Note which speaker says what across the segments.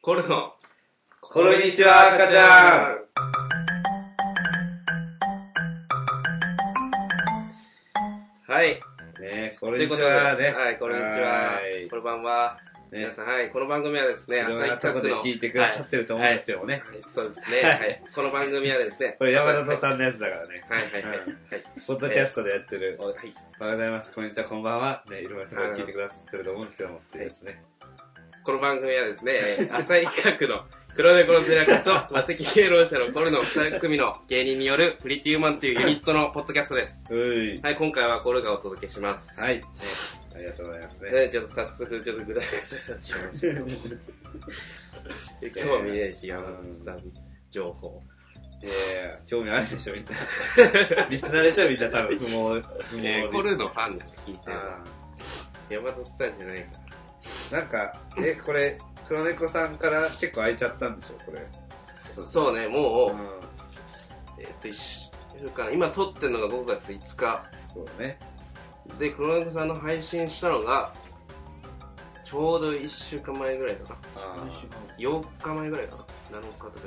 Speaker 1: コルの、
Speaker 2: こんにちは、赤ちゃん。
Speaker 1: はい。
Speaker 2: ねこん
Speaker 1: と
Speaker 2: に
Speaker 1: いう
Speaker 2: ち
Speaker 1: ことで、
Speaker 2: はね。
Speaker 1: はい、こんにちは。こんばんは。
Speaker 2: ね
Speaker 1: 皆さん、はい、この番組はですね、
Speaker 2: いろん
Speaker 1: 朝
Speaker 2: な
Speaker 1: 日
Speaker 2: とこ
Speaker 1: 企
Speaker 2: で
Speaker 1: 画の。
Speaker 2: 聞いてくださってると思うんですけどもね。
Speaker 1: はい、そうですね。はい。この番組はですね、
Speaker 2: これ山里
Speaker 1: ん。
Speaker 2: さんのやつだからね。
Speaker 1: はいはいはい。はい。
Speaker 2: ポッドキャストでやってる。
Speaker 1: おはい
Speaker 2: おはようございます。こんにちは、こんばんは。ね、いろんなとこで聞いてくださってると思うんですけども。っていうやつね。
Speaker 1: この番組はですね、えー朝日企画の黒猫の背中とマセキ芸能者のコルの2組の芸人によるプリティウーマンというユニットのポッドキャストです。
Speaker 2: うい。
Speaker 1: はい、今回はコルがお届けします。
Speaker 2: はい。ねありがとうございます ね。
Speaker 1: ね、ちょっと早速、ちょっと具体的になっちゃいましたけども。興味ねえし、山田さん、情報。
Speaker 2: えー、興味あるでしょ、みん な。リスナーでしょ、みんな多分。不毛、不毛
Speaker 1: えー、コルのファンが聞いてる
Speaker 2: あ
Speaker 1: 山田さんじゃないか
Speaker 2: ーなんか、え、これ、黒猫さんから結構開いちゃったんでしょ、これ。
Speaker 1: ら。そうね、もう、
Speaker 2: ん。
Speaker 1: えっと、一週間、今撮ってるのが5月5日。
Speaker 2: そうだね。
Speaker 1: で、黒猫さんの配信したのが、ちょうど1週間前ぐらいかな。
Speaker 2: あー
Speaker 1: 8日前ぐらいかな。7日とか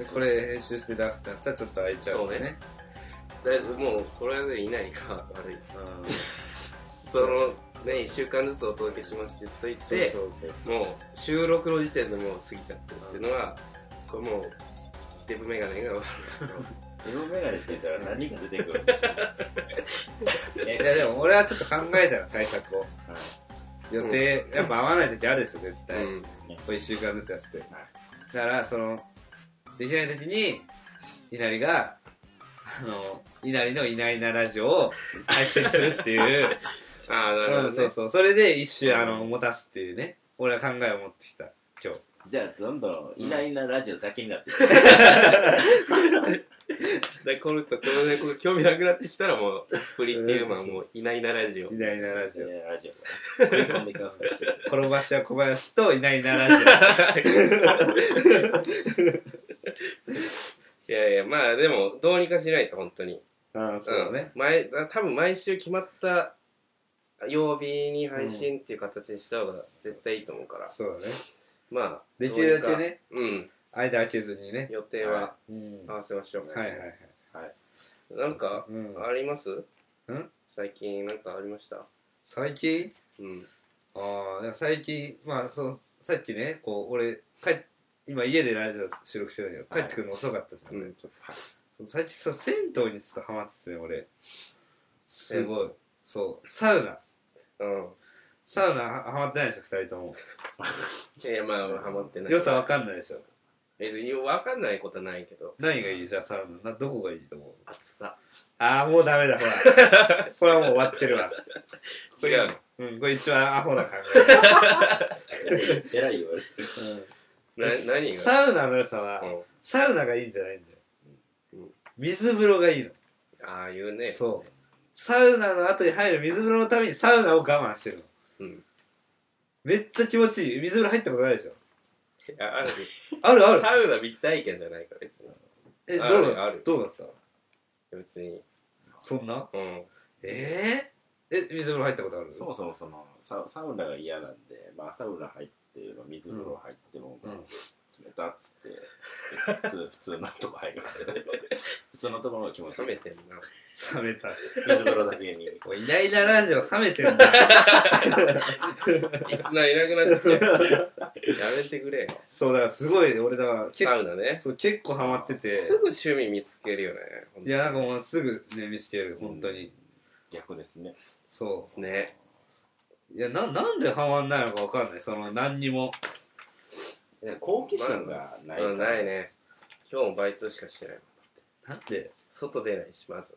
Speaker 1: 8日
Speaker 2: でこれ編集して出すってなったらちょっと開いちゃうんでね。
Speaker 1: 前。だいぶもう、これでいないか、悪い。
Speaker 2: うん
Speaker 1: その、ね、1週間ずつお届けしますって言っといて、
Speaker 2: そうそうそう。
Speaker 1: もう収録の時点でもう過ぎちゃってるっていうのは、これもう、デブメガネが悪
Speaker 3: エロメガネしてたら何が出てくるんですか
Speaker 2: いやでも俺はちょっと考えたよ、対策を。
Speaker 3: はい
Speaker 2: 予定、やっぱ合わない時あるでしょ、絶
Speaker 1: い。
Speaker 2: 対。
Speaker 1: うん
Speaker 2: こう一週間ずつやって。だから、その、できない時に、稲荷が、あの、稲荷のいないなラジオを配信するっ ていう。
Speaker 1: ああ、なるほど、
Speaker 2: う
Speaker 1: ね。
Speaker 2: ん、そうそう。それで一周、あの、持たすっていうね。俺は考えを持ってきた、今日。
Speaker 3: じゃあどんどんいないなラジオだけになってくる
Speaker 1: で、この人、この猫が興味なくなってきたらもう、フリーっていうマンもういないなラジオ。
Speaker 2: いないなラジオ。
Speaker 3: いないなラジオ食い込んできますから
Speaker 2: 転ばしは小林といないなラ ジ
Speaker 1: いやいや、まあでも、どうにかしないと、本当に。
Speaker 2: オ。ああ、そうだね。
Speaker 1: ん。前、だ多分毎週決まった曜日に配信っていう形にした方が絶対いいと思うから。
Speaker 2: そうだね。
Speaker 1: まあ、
Speaker 2: できるだけね
Speaker 1: どうにか。
Speaker 2: 間開けずに
Speaker 1: うん。
Speaker 2: ね。
Speaker 1: 予定は
Speaker 2: うん
Speaker 1: 合
Speaker 2: は
Speaker 1: わせましょう。
Speaker 2: いはいはい。
Speaker 1: なんか、
Speaker 2: うん、
Speaker 1: あります
Speaker 2: ん
Speaker 1: 最近なんかありました
Speaker 2: 最近
Speaker 1: うん。
Speaker 2: ああ、でも最近、まあそう、さっきね、こう、俺、帰っ今家でラジオ収録してるんだけ
Speaker 3: は
Speaker 2: ど、
Speaker 3: い
Speaker 2: 帰ってくるの遅かったじゃん。
Speaker 1: うん
Speaker 2: そう最近そう、銭湯にちょっとハマっててね、俺。すごい。そう、サウナ。
Speaker 1: うん。
Speaker 2: サウナはハマってないでしょ、二人とも。
Speaker 1: いや、まあ、ハマってない。
Speaker 2: 良さわかんないでしょ。
Speaker 1: 別に分かんないことないけど、
Speaker 2: 何がいいじゃあサウナ。などこがいいと思う
Speaker 1: 暑さ。
Speaker 2: ああ、もうダメだ、ほら。 これはもう終わってるわ。
Speaker 1: 違うの。
Speaker 2: うん、これ一番アホな考
Speaker 3: 偉い言われてる
Speaker 2: え。
Speaker 1: な、何が
Speaker 2: サウナの良さは、
Speaker 1: うん
Speaker 2: サウナがいいんじゃないんだよ
Speaker 1: うん。
Speaker 2: 水風呂がいいの。
Speaker 1: ああいうね。
Speaker 2: そう。サウナの後に入る水風呂のためにサウナを我慢してるの。
Speaker 1: うん。
Speaker 2: めっちゃ気持ちいい。水風呂入ったことないでしょ。
Speaker 1: いやある
Speaker 2: あるある。
Speaker 1: サウナ未体験じゃないから、別に。
Speaker 2: え、ど
Speaker 1: あ
Speaker 2: う
Speaker 1: る
Speaker 2: だった
Speaker 1: ある
Speaker 2: どうだっ
Speaker 1: 別に。
Speaker 2: たそんな
Speaker 1: うん。
Speaker 2: えええ、水風呂入ったことあ る
Speaker 3: そもそもそのササウナが嫌なんで、まあ、サウナ入って水風呂入っても、
Speaker 2: うん
Speaker 3: 冷たっつって普通 普通のとこ入りますよね 普通のところが気持ちい
Speaker 1: 冷
Speaker 3: い
Speaker 1: めてんな。
Speaker 2: 冷めた。
Speaker 3: 水風呂だけに
Speaker 2: おい、イライララジオ冷めてる んだ。
Speaker 1: リスナーいなくなっちゃう。やめてくれよ。
Speaker 2: そう、だからすごい、俺だから、結
Speaker 1: サウナね。
Speaker 2: そう結構ハマってて。
Speaker 1: すぐ趣味見つけるよね。
Speaker 2: いや、なんかもうすぐね、見つける、本当に。
Speaker 3: 逆ですね
Speaker 2: そ
Speaker 1: ね。
Speaker 2: う。いや、な、なんでハマんないのかわかんない。その、何にも。
Speaker 3: 好奇心がないから
Speaker 1: うんないね。今日もバイトしかしてない。
Speaker 2: なんで
Speaker 1: 外出ないし、まず。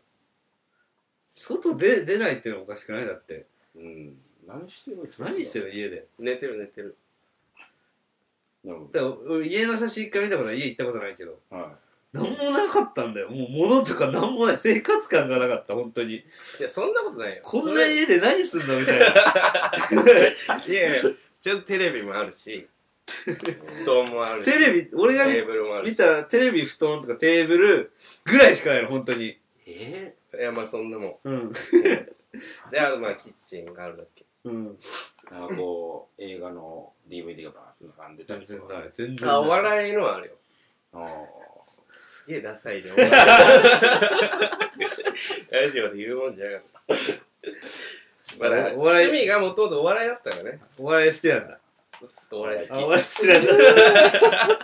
Speaker 2: 外で出ないっていうのはおかしくないだって。
Speaker 3: うん何してるんですか
Speaker 2: 何してる家で。
Speaker 1: 寝てる寝てる。
Speaker 3: でも
Speaker 2: だから俺家の写真一回見たことない。家行ったことないけど。
Speaker 3: は
Speaker 2: なんもなかったんだよ。もう物とかなんもない。生活感がなかった、本当に。
Speaker 1: いや、そんなことないよ。
Speaker 2: こんな家で何すんのみたいな。
Speaker 1: いやいや、ちょっとテレビもあるし、 布団もあるし、
Speaker 2: テレビ、俺が見
Speaker 1: テーブルもある
Speaker 2: 見
Speaker 1: し。
Speaker 2: たら、テレビ、布団とかテーブルぐらいしかないの、本当に。
Speaker 3: いえ
Speaker 1: いや、まあそんなもん。
Speaker 2: うん。
Speaker 1: で、あとまあキッチンがあるだけ。
Speaker 2: うん。
Speaker 3: なんかこう、映画の DVD がバーンと並んでた
Speaker 2: 全
Speaker 3: りと
Speaker 2: 然
Speaker 3: か。
Speaker 2: ない。全然ない。
Speaker 1: あ、お笑いのはあるよ。
Speaker 3: あー
Speaker 1: すげえダサいね。 お笑いラジオで言うもんじゃなかった。まだ、
Speaker 2: お笑い
Speaker 1: 趣味がもともとお笑いだったからね。
Speaker 2: お笑い好きなんだ。
Speaker 1: そうするとお笑い好
Speaker 2: あ
Speaker 1: き。
Speaker 2: お笑い好きなんだ。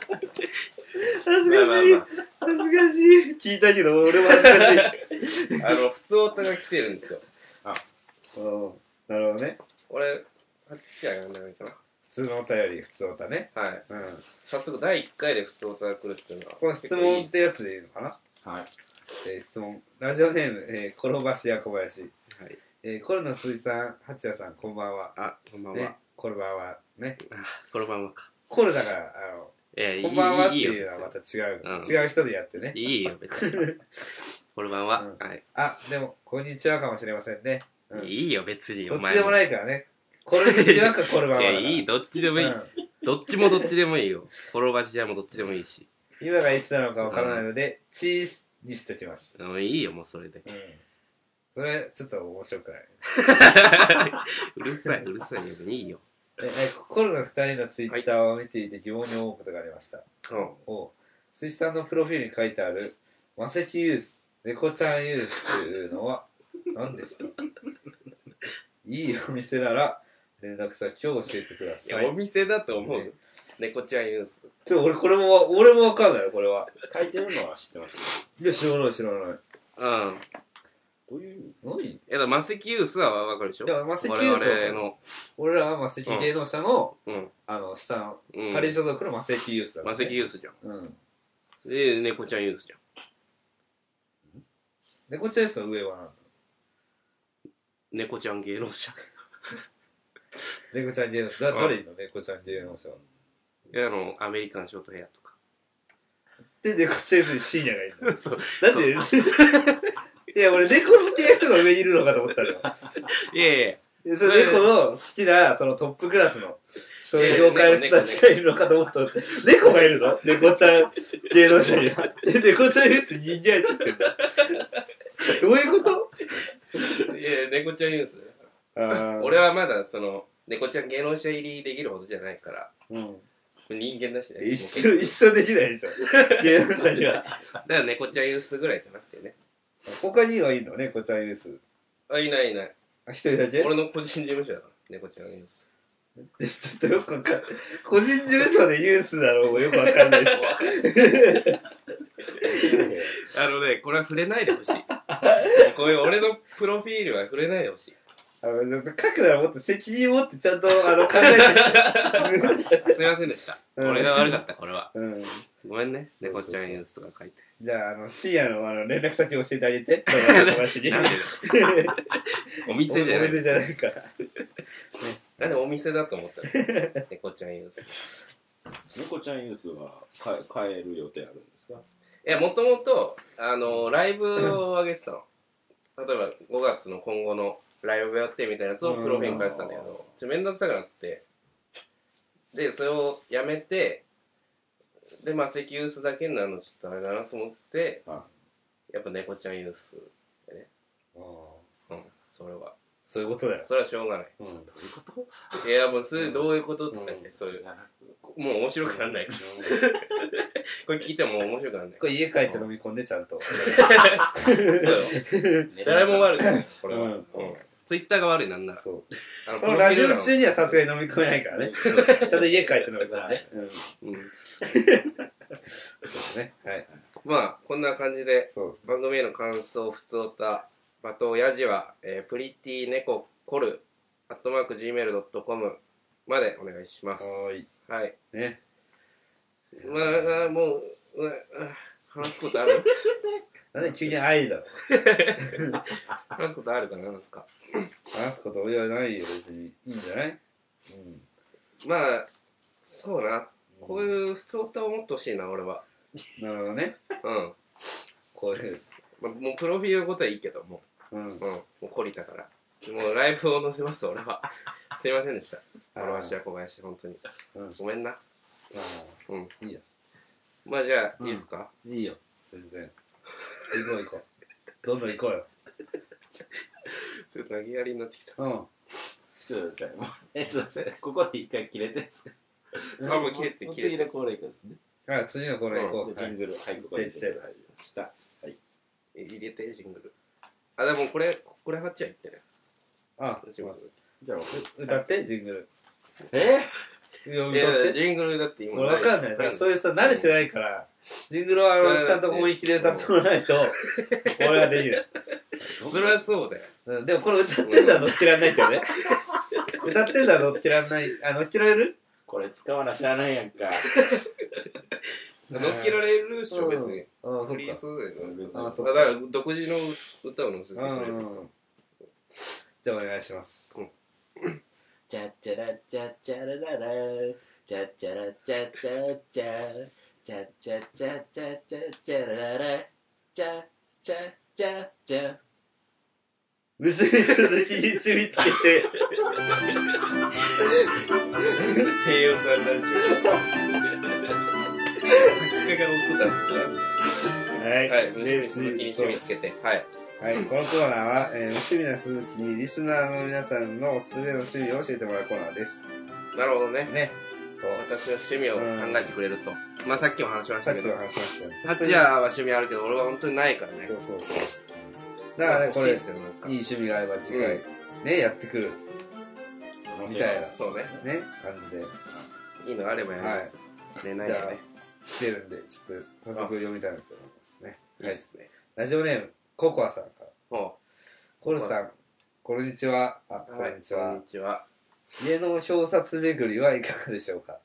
Speaker 2: 恥ず
Speaker 1: まあ
Speaker 2: かしい。恥ずかしい。聞いたけど、俺も恥ずかしい。
Speaker 1: まあまあ、あの、普通オタが来てるんですよ。
Speaker 2: うんなるほどね。
Speaker 1: 俺、あっちやらないか
Speaker 2: 普通のお便り、普通おたね。
Speaker 1: な。はい。
Speaker 2: うん。
Speaker 1: 早速、第1回で普通オタが来るっていうのは。
Speaker 2: この質問ってやつでいいのかな
Speaker 3: はい。
Speaker 2: えー質問。ラジオネーム、えー、転ばしや小林。
Speaker 1: はい。
Speaker 2: えー、コロナ鈴井さん、八谷さん、こんばんは。
Speaker 1: あ、こんばんは。
Speaker 2: ね、こんばんは。ね。
Speaker 1: あこんばんはか。
Speaker 2: コロだから、あの、
Speaker 1: えー、
Speaker 2: こんばんはって
Speaker 1: いい
Speaker 2: いう
Speaker 1: よ
Speaker 2: のはまた違う、
Speaker 1: うん
Speaker 2: 違う人でやってね
Speaker 1: 別。にいいよ、別に。こんばんは。
Speaker 2: うん
Speaker 1: はい。
Speaker 2: あ、でも、こんにちはかもしれませんね。うん
Speaker 1: いいよ、別に。
Speaker 2: ど
Speaker 1: お
Speaker 2: っち
Speaker 1: 前
Speaker 2: でもないからね。これにちはか、これは
Speaker 1: 違う いい、どっちでもいい。
Speaker 2: うん
Speaker 1: どっちもどっちでもいいよ。転ばし屋もどっちでもいいし。
Speaker 2: 今がいつなのかわからないので、チーズにしときます。
Speaker 1: もういいよ、もうそれで。
Speaker 2: うん。それ、ちょっと面白くない。
Speaker 1: うるさい、うるさいよ、別にいいよ。
Speaker 2: え、え心の二人のツイッターを見ていて疑問に思うことがありました。
Speaker 1: うん。
Speaker 2: お水産のプロフィールに書いてある、マセキユース、猫ちゃんユースというのは何ですかいいお店なら連絡先を教えてくだ
Speaker 1: い
Speaker 2: さ
Speaker 1: や、お
Speaker 2: い。
Speaker 1: 店だと思
Speaker 2: ね
Speaker 1: う。猫ちゃんユース。
Speaker 2: ちょ、俺これも、俺もわかんないよ、これは。
Speaker 3: 書いてるのは知ってます
Speaker 2: いや、知らない、知らない。
Speaker 1: うん。
Speaker 3: どういう意味
Speaker 2: 何い
Speaker 1: えだ、マセキユースはわかるでしょ
Speaker 2: や、マセキユース
Speaker 1: 我々
Speaker 2: は、
Speaker 1: の、
Speaker 2: 俺らはマセキ芸能者の、
Speaker 1: うん。
Speaker 2: あの、下の、
Speaker 1: うん。
Speaker 2: 仮所属のマセキユースだ、ね。
Speaker 1: マセキユースじゃん。
Speaker 2: うん。
Speaker 1: で、猫ちゃんユースじゃん。
Speaker 2: 猫ちゃんユースの上は何
Speaker 1: 猫ちゃん芸能者。
Speaker 2: 猫ちゃん芸能者。だ
Speaker 1: うん
Speaker 2: 誰いるの猫ちゃん芸能者。
Speaker 1: いや、あの、アメリカンショートヘアとか。
Speaker 2: で、猫ちゃんユースに深夜がいるの。
Speaker 1: そう。
Speaker 2: なんでいや、俺、猫好きな人が上にいるのかと思ったのよ。
Speaker 1: いやいやい
Speaker 2: でその猫の好きな、そのトップクラスの、そういう業界の人たちがいるのかと思ったの猫がいるの猫ちゃん芸能者には。で、猫ちゃんユースに人気入ってってんだ。どういうこと
Speaker 1: や、いや猫ちゃんユース。俺
Speaker 2: 俺、
Speaker 1: はまだ、その、猫ちゃん芸能者入りできるほどじゃないから、
Speaker 2: うん、
Speaker 1: 人間だしね。
Speaker 2: 一生、一生できないでしょ。芸能者には。
Speaker 1: だから猫ちゃんユースぐらいじゃなくてね。
Speaker 2: 他にはいいの猫ちゃんユース。
Speaker 1: あ、いないいない。
Speaker 2: あ、一人だけ
Speaker 1: 俺の個人事務所だから、猫ちゃんユース。
Speaker 2: ちょっとよくわかんない。個人事務所でユースだろうもよくわかんないし。
Speaker 1: あのね、これは触れないでほ しい。こういう俺のプロフィールは触れないでほしい。
Speaker 2: あの、書くならもっと責任持ってちゃんと、あの、考えて。
Speaker 1: すいませんでした。
Speaker 2: うん
Speaker 1: 俺が悪かった、これは。
Speaker 2: うん。
Speaker 1: ごめんね、
Speaker 2: うそう
Speaker 1: 猫
Speaker 2: そう
Speaker 1: ちゃんユースとか書いて。
Speaker 2: じゃあ、あの、深夜の、あの、連絡先教えてあげて。話に。
Speaker 1: なんでだよお
Speaker 2: お
Speaker 1: 店じゃ
Speaker 2: お
Speaker 1: ない。
Speaker 2: 店じゃないから。
Speaker 1: なんでお店だと思ったの猫ちゃんユース。
Speaker 3: 猫ちゃんユースは変え変える予定あるんですか
Speaker 1: いや、もともと、あの、ライブを上げてたの。例えば、5月の今後のライブやってみたいなやつをプロフィールに書いてたんだけど、ちょ、めんどくさくなって、で、それをやめて、で、まあ、石油スだけになるのちょっとあれだなと思って、
Speaker 3: は
Speaker 1: やっぱ猫ちゃんユース。うん、それは。
Speaker 2: そういうことだよ。
Speaker 1: それはしょうがない。
Speaker 2: うん。
Speaker 3: どういうこと
Speaker 1: いや、もう、それどういうこととか
Speaker 2: う
Speaker 1: ね、そういう。
Speaker 3: じゃなく
Speaker 1: もう面白くなん ない。これ聞いても面白くなんない
Speaker 2: こ。れ家帰って飲み込んで、ちゃんと。
Speaker 1: そうよ。誰も悪くない、これは。
Speaker 2: う
Speaker 1: うんん。ツイッターが悪いなんなら。
Speaker 2: そう。
Speaker 1: あの
Speaker 2: このラジオ中にはさすがに飲み込めないからね。ちゃんと家帰って飲み込んでね。うん。
Speaker 1: うん
Speaker 2: そうね。はい。
Speaker 1: まあこんな感じで
Speaker 2: そう。
Speaker 1: 番組への感想ふつおた罵倒やじは、えー、プリティネココルアットマーク Gmail.com までお願いします
Speaker 2: はーい
Speaker 1: はい
Speaker 2: ね。
Speaker 1: まああもう、うんあ話すことあ る
Speaker 2: なんで急に愛だろ。
Speaker 1: 話すことあるかななんか
Speaker 2: 話すこと俺はないよ、別に。いいんじゃないうん。
Speaker 1: まあそうなこういうふつおたをもっと欲しいな俺は
Speaker 2: なるほどね。
Speaker 1: うん、
Speaker 2: こういう。
Speaker 1: まあ、もうプロフィールのことはいいけども
Speaker 2: うん
Speaker 1: う、う。ん、もう懲りたからもうライブを載せます俺は すいませんでした
Speaker 2: あ
Speaker 1: この足は小林本当に
Speaker 2: うん
Speaker 1: ごめんなうん
Speaker 2: いいよ。
Speaker 1: まあじゃ
Speaker 2: う
Speaker 1: あ、
Speaker 2: ん
Speaker 1: いいですか
Speaker 2: いいよ。全然。行こう行こう。どんどん行こうよ。
Speaker 1: ちょっと投げやりになってきた。
Speaker 2: うん。
Speaker 3: ちょっと待ってくださいもう。え、ちょっと待ってください。ここで一回切れてですか
Speaker 1: あもう切れて
Speaker 3: もう
Speaker 1: 切れて
Speaker 3: 次のコーナー行くんですね。
Speaker 2: はい、次のコーナー行
Speaker 3: で
Speaker 2: こう。は
Speaker 3: ジン
Speaker 2: い
Speaker 3: グル、はい、ここでジングル入りました。
Speaker 1: え入れて、ジングル。あ、でもこれ、これ貼っちゃいけない。
Speaker 2: あ、
Speaker 1: どうします
Speaker 3: じゃあ僕、
Speaker 2: 歌って、ジング
Speaker 3: え
Speaker 2: ル。いや、
Speaker 1: いや、
Speaker 2: 歌って。
Speaker 1: ジングルだって今
Speaker 2: 俺わかんない。だからそういうさ、慣れてないから、ジングルは
Speaker 1: そう
Speaker 2: あ
Speaker 1: だっ
Speaker 2: の
Speaker 1: て
Speaker 2: ちゃんと本気で歌ってもらわない と、俺はできない。
Speaker 1: それはそうだよ。
Speaker 2: うんでもこれ歌ってんだのっけらんないけどね。歌ってんだのっけらんない。あ、のっけられる
Speaker 3: これ使わな知らないやんか。
Speaker 1: 乗っけられるっしょ、別に。
Speaker 2: あ、そっ
Speaker 1: フリー
Speaker 2: か。
Speaker 1: 素材だよね。
Speaker 2: あそ
Speaker 1: だ
Speaker 2: う
Speaker 1: か、
Speaker 2: から
Speaker 1: 独自の歌を載せてく
Speaker 2: う
Speaker 1: れる。
Speaker 2: んうん。じゃあお願いします。
Speaker 3: チャッチャラチャッチャラララチャッチャラチャッチャッチャチャッチャチャッチャッチャッチャラララチャッチャチャッチャ
Speaker 2: 虫に続き一緒につけて。
Speaker 1: 低予算ラジオ。作家が送ったんです
Speaker 2: は
Speaker 1: かはい、無に続きに趣味つけて。はい。
Speaker 2: はい、このコーナーは、えー、無趣味な鈴木にリスナーの皆さんのおすすめの趣味を教えてもらうコーナーです。
Speaker 1: なるほどね。
Speaker 2: ね。そう。
Speaker 1: 私の趣味を考えてくれると。まあさっきも話しました
Speaker 2: さっ
Speaker 1: け
Speaker 2: き
Speaker 1: ど
Speaker 2: も。話しましたよ。
Speaker 1: 八夜は趣味あるけど、俺は本当にないからね
Speaker 2: そ。うそうそう。だからね、これ、いい
Speaker 1: よ、なんか
Speaker 2: 趣味があれば次
Speaker 1: う
Speaker 2: 回、ね、やってくる、みたいな、
Speaker 1: そうね。
Speaker 2: ね、感じで
Speaker 1: いいのあればやります。寝ないよね。
Speaker 2: 来てるんで、ちょっと早速読みたいなと思いますね。
Speaker 1: いいっすね。
Speaker 2: ラジオネーム、ココアさんから。
Speaker 1: ほ
Speaker 2: コルさん、こんにちは。あ、
Speaker 1: う。
Speaker 2: こんにちは。
Speaker 1: こんにちは。
Speaker 2: 家の表札巡りはいかがでしょうか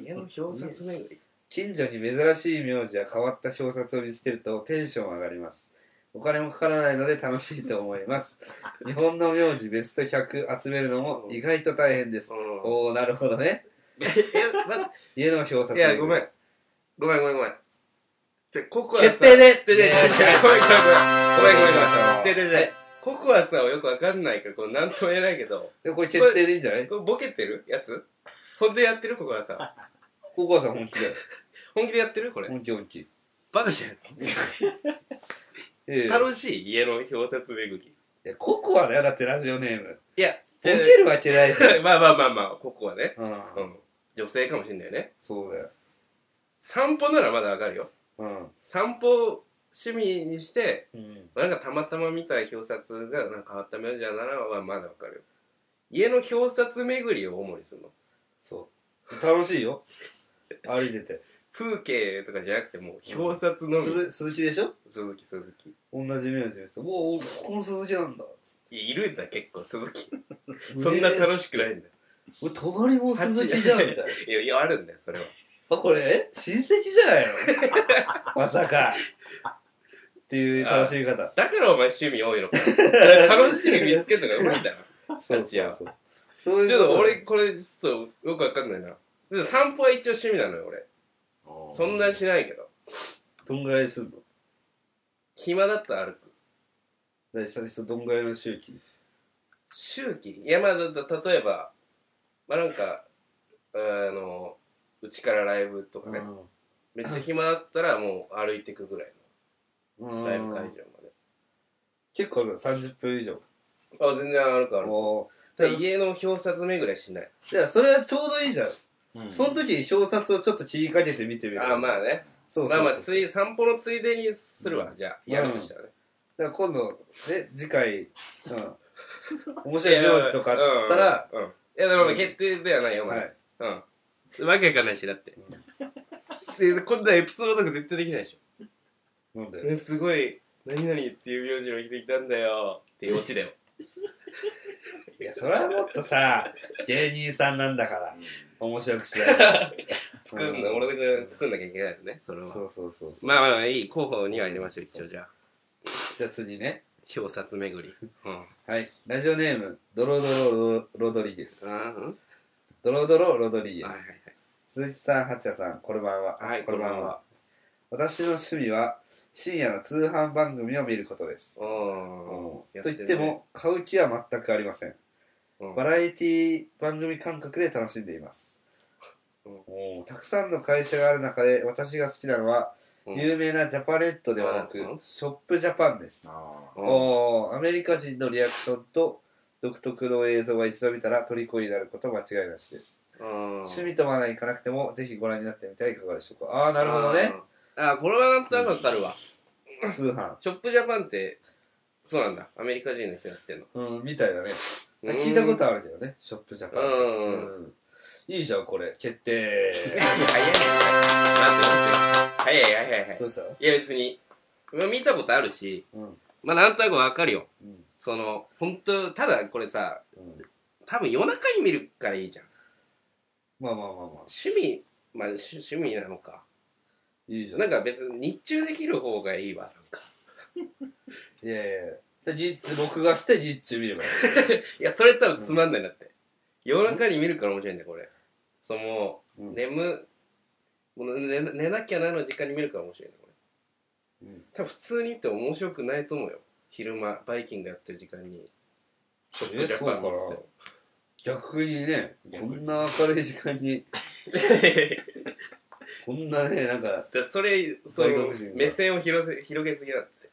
Speaker 1: 家の表札巡り。
Speaker 2: 近所に珍しい名字や変わった表札を見つけるとテンション上がりますお金もかからないので楽しいと思います日本の名字ベスト100集めるのも意外と大変です
Speaker 1: う
Speaker 2: おおなるほどね
Speaker 1: ん。いや、ま
Speaker 2: 家の表札
Speaker 1: いや、ごめん。ごめん、ごめん、ごめん。じゃ、ココアさん。
Speaker 2: 決定で
Speaker 1: でででごめん、ごめん、ごめん。ごめん、ごめん、ごめん。
Speaker 2: ご
Speaker 1: じ
Speaker 2: め
Speaker 1: ゃ
Speaker 2: ん
Speaker 1: じゃじゃココアさんはよくわかんないから、こう、なんとも言えないけど、
Speaker 2: でもこれ決定でいいんじゃない
Speaker 1: これボケてるやつ本当にやってるココアさん。
Speaker 2: お母さん本気だよ
Speaker 1: 本気でやってるこれ。
Speaker 2: 本気本気
Speaker 1: バカじゃん。
Speaker 2: ええ
Speaker 1: 楽しい家の表札巡り。
Speaker 2: いやココアだよだってラジオネーム
Speaker 1: いや、
Speaker 2: ボケるわけないじゃ ん、
Speaker 1: まあまあまあまあ、ここはね。
Speaker 2: うん、
Speaker 1: うん。女性かもしんないね。
Speaker 2: そうだよ
Speaker 1: 散歩ならまだわかるよ。
Speaker 2: うん、
Speaker 1: 散歩を趣味にして、
Speaker 2: うん、
Speaker 1: なんかたまたま見た表札がなんか変わった名字やならはまだわかるよ。家の表札巡りを主にするの。
Speaker 2: そう楽しいよ歩いてて
Speaker 1: 風景とかじゃなくてもう表札のみ、
Speaker 2: 鈴鈴木でしょ
Speaker 1: 鈴木鈴木。
Speaker 2: 同じ名字の人。うわ、おこの鈴木なんだ。
Speaker 1: いいるんだ結構鈴木。そんな楽しくないんだよ。
Speaker 2: えー。俺、隣も鈴木じゃん、みたいな。
Speaker 1: いや、いや、あるんだよ、それは。
Speaker 2: あ、これ、え親戚じゃないの まさか。っていう楽しみ方。
Speaker 1: だからお前趣味多いのか。それ楽しみ見つけるのがうまいんだな。
Speaker 2: そう
Speaker 1: 蜂屋
Speaker 2: そうそう。そういう
Speaker 1: ちょっと
Speaker 2: ことだ
Speaker 1: 俺、これ、ちょっとよくわかんないな。でも散歩は一応趣味なのよ、俺。そんなしないけど。
Speaker 2: どんぐらいすんの
Speaker 1: 暇だったら歩く。
Speaker 2: 大体そのどんぐらいの周期
Speaker 1: 周期いや、まあ、だだ例えば、まあなんか、あの、うちからライブとかね。めっちゃ暇だったらもう歩いてくぐらいの。ライブ会場ま
Speaker 2: 結構あるの30分以上。
Speaker 1: で。あ、全然歩く歩く。
Speaker 2: お
Speaker 1: ただ家の表札目ぐらいしない。
Speaker 2: いや、それはちょうどいいじゃ
Speaker 3: う
Speaker 2: ん。
Speaker 3: ん
Speaker 2: その時に表札をちょっと切りかけて見てみる。
Speaker 1: あ、まあね。
Speaker 2: そう
Speaker 1: まあ
Speaker 2: そうそう。
Speaker 1: まあ、つい、散歩のついでにするわ。じゃあ、やるとしたらね。
Speaker 2: だから今度、ね、次 回、うん。面白い名字とかあったら、
Speaker 1: うん、うんいやでもまあ決定ではないよ、お
Speaker 2: は
Speaker 1: 前、
Speaker 2: い。
Speaker 1: うんわけわかんないしだって、でこんなエピソードとか絶対できないでし
Speaker 2: なん
Speaker 1: ょ、
Speaker 2: で
Speaker 1: ね、すごい何々っていう名字の生きてきたんだよっていうオチだよ
Speaker 2: いや、それはもっと さ、芸人さんなんだから、面白くしない
Speaker 1: 作るの、俺が作んなきゃいけないのねそれ
Speaker 2: と。
Speaker 1: は
Speaker 2: そうそうそうそう。
Speaker 1: まあまあまあいい候補には入れましょう一応じゃあ
Speaker 2: じゃあ次ね。
Speaker 1: 表札巡りうん
Speaker 2: はい。ラジオネーム、ドロドロロドリゲス。
Speaker 1: あーうん
Speaker 2: ドロドロロドリゲ
Speaker 1: はい
Speaker 2: ス。鈴木さん、八谷さん、こんばんは。
Speaker 1: はいはい
Speaker 2: こんばんは。私の趣味は、深夜の通販番組を見ることです。
Speaker 1: おお
Speaker 2: と言っても、買う気は全くありません。
Speaker 1: うん
Speaker 2: バラエティ番組感覚で楽しんでいます
Speaker 1: うん。
Speaker 2: おーたくさんの会社がある中で私が好きなのは、
Speaker 1: うん
Speaker 2: 有名なジャパネットではなく、
Speaker 1: うん
Speaker 2: ショップジャパンです。
Speaker 3: あ
Speaker 1: うん
Speaker 2: おーアメリカ人のリアクションと独特の映像は一度見たら虜になること間違いなしです。
Speaker 1: うん
Speaker 2: 趣味とまで行かなくても、ぜひご覧になってみてはいかがでしょうか。ああ、なるほどね。
Speaker 1: あーあーこれはなんとなくわかるわ
Speaker 2: 通販。
Speaker 1: ショップジャパンってそうなんだアメリカ人の人やってんの
Speaker 2: うん、みたいだね。聞いたことあるけどね、ショップジャパンって。
Speaker 1: うん
Speaker 2: うんいいじゃん、これ。決 定。
Speaker 1: 早いね早いね待って待って早い早い早い
Speaker 2: どうした
Speaker 1: いや別にまあ見たことあるし
Speaker 2: うん。
Speaker 1: まあなんとなくわかるよ
Speaker 2: うん。
Speaker 1: その本当ただこれさ
Speaker 2: うん
Speaker 1: 多分夜中に見るからいいじゃん
Speaker 2: まあまあまあまあ。
Speaker 1: 趣味まあ趣趣味なのか
Speaker 2: いいじゃん。
Speaker 1: なんか別に日中できる方がいいわなんか
Speaker 2: いやいやいやでリッチ録画してリッチ見ればいい。
Speaker 1: いやそれ多分つまんないなって夜中に見るから面白いんだよこれその
Speaker 2: うん
Speaker 1: 眠もう寝寝なきゃなの時間に見るから面白いねこれ
Speaker 2: うん
Speaker 1: 多分普通に言っても面白くないと思うよ昼間バイキングやってる時間にショットジャパン見
Speaker 2: 逆にね、こんな明るい時間に、
Speaker 1: てて
Speaker 2: こんなね、なんか、
Speaker 1: だからそれそ
Speaker 2: 外
Speaker 1: の
Speaker 2: 国人が
Speaker 1: 目線を広せ広げすぎだって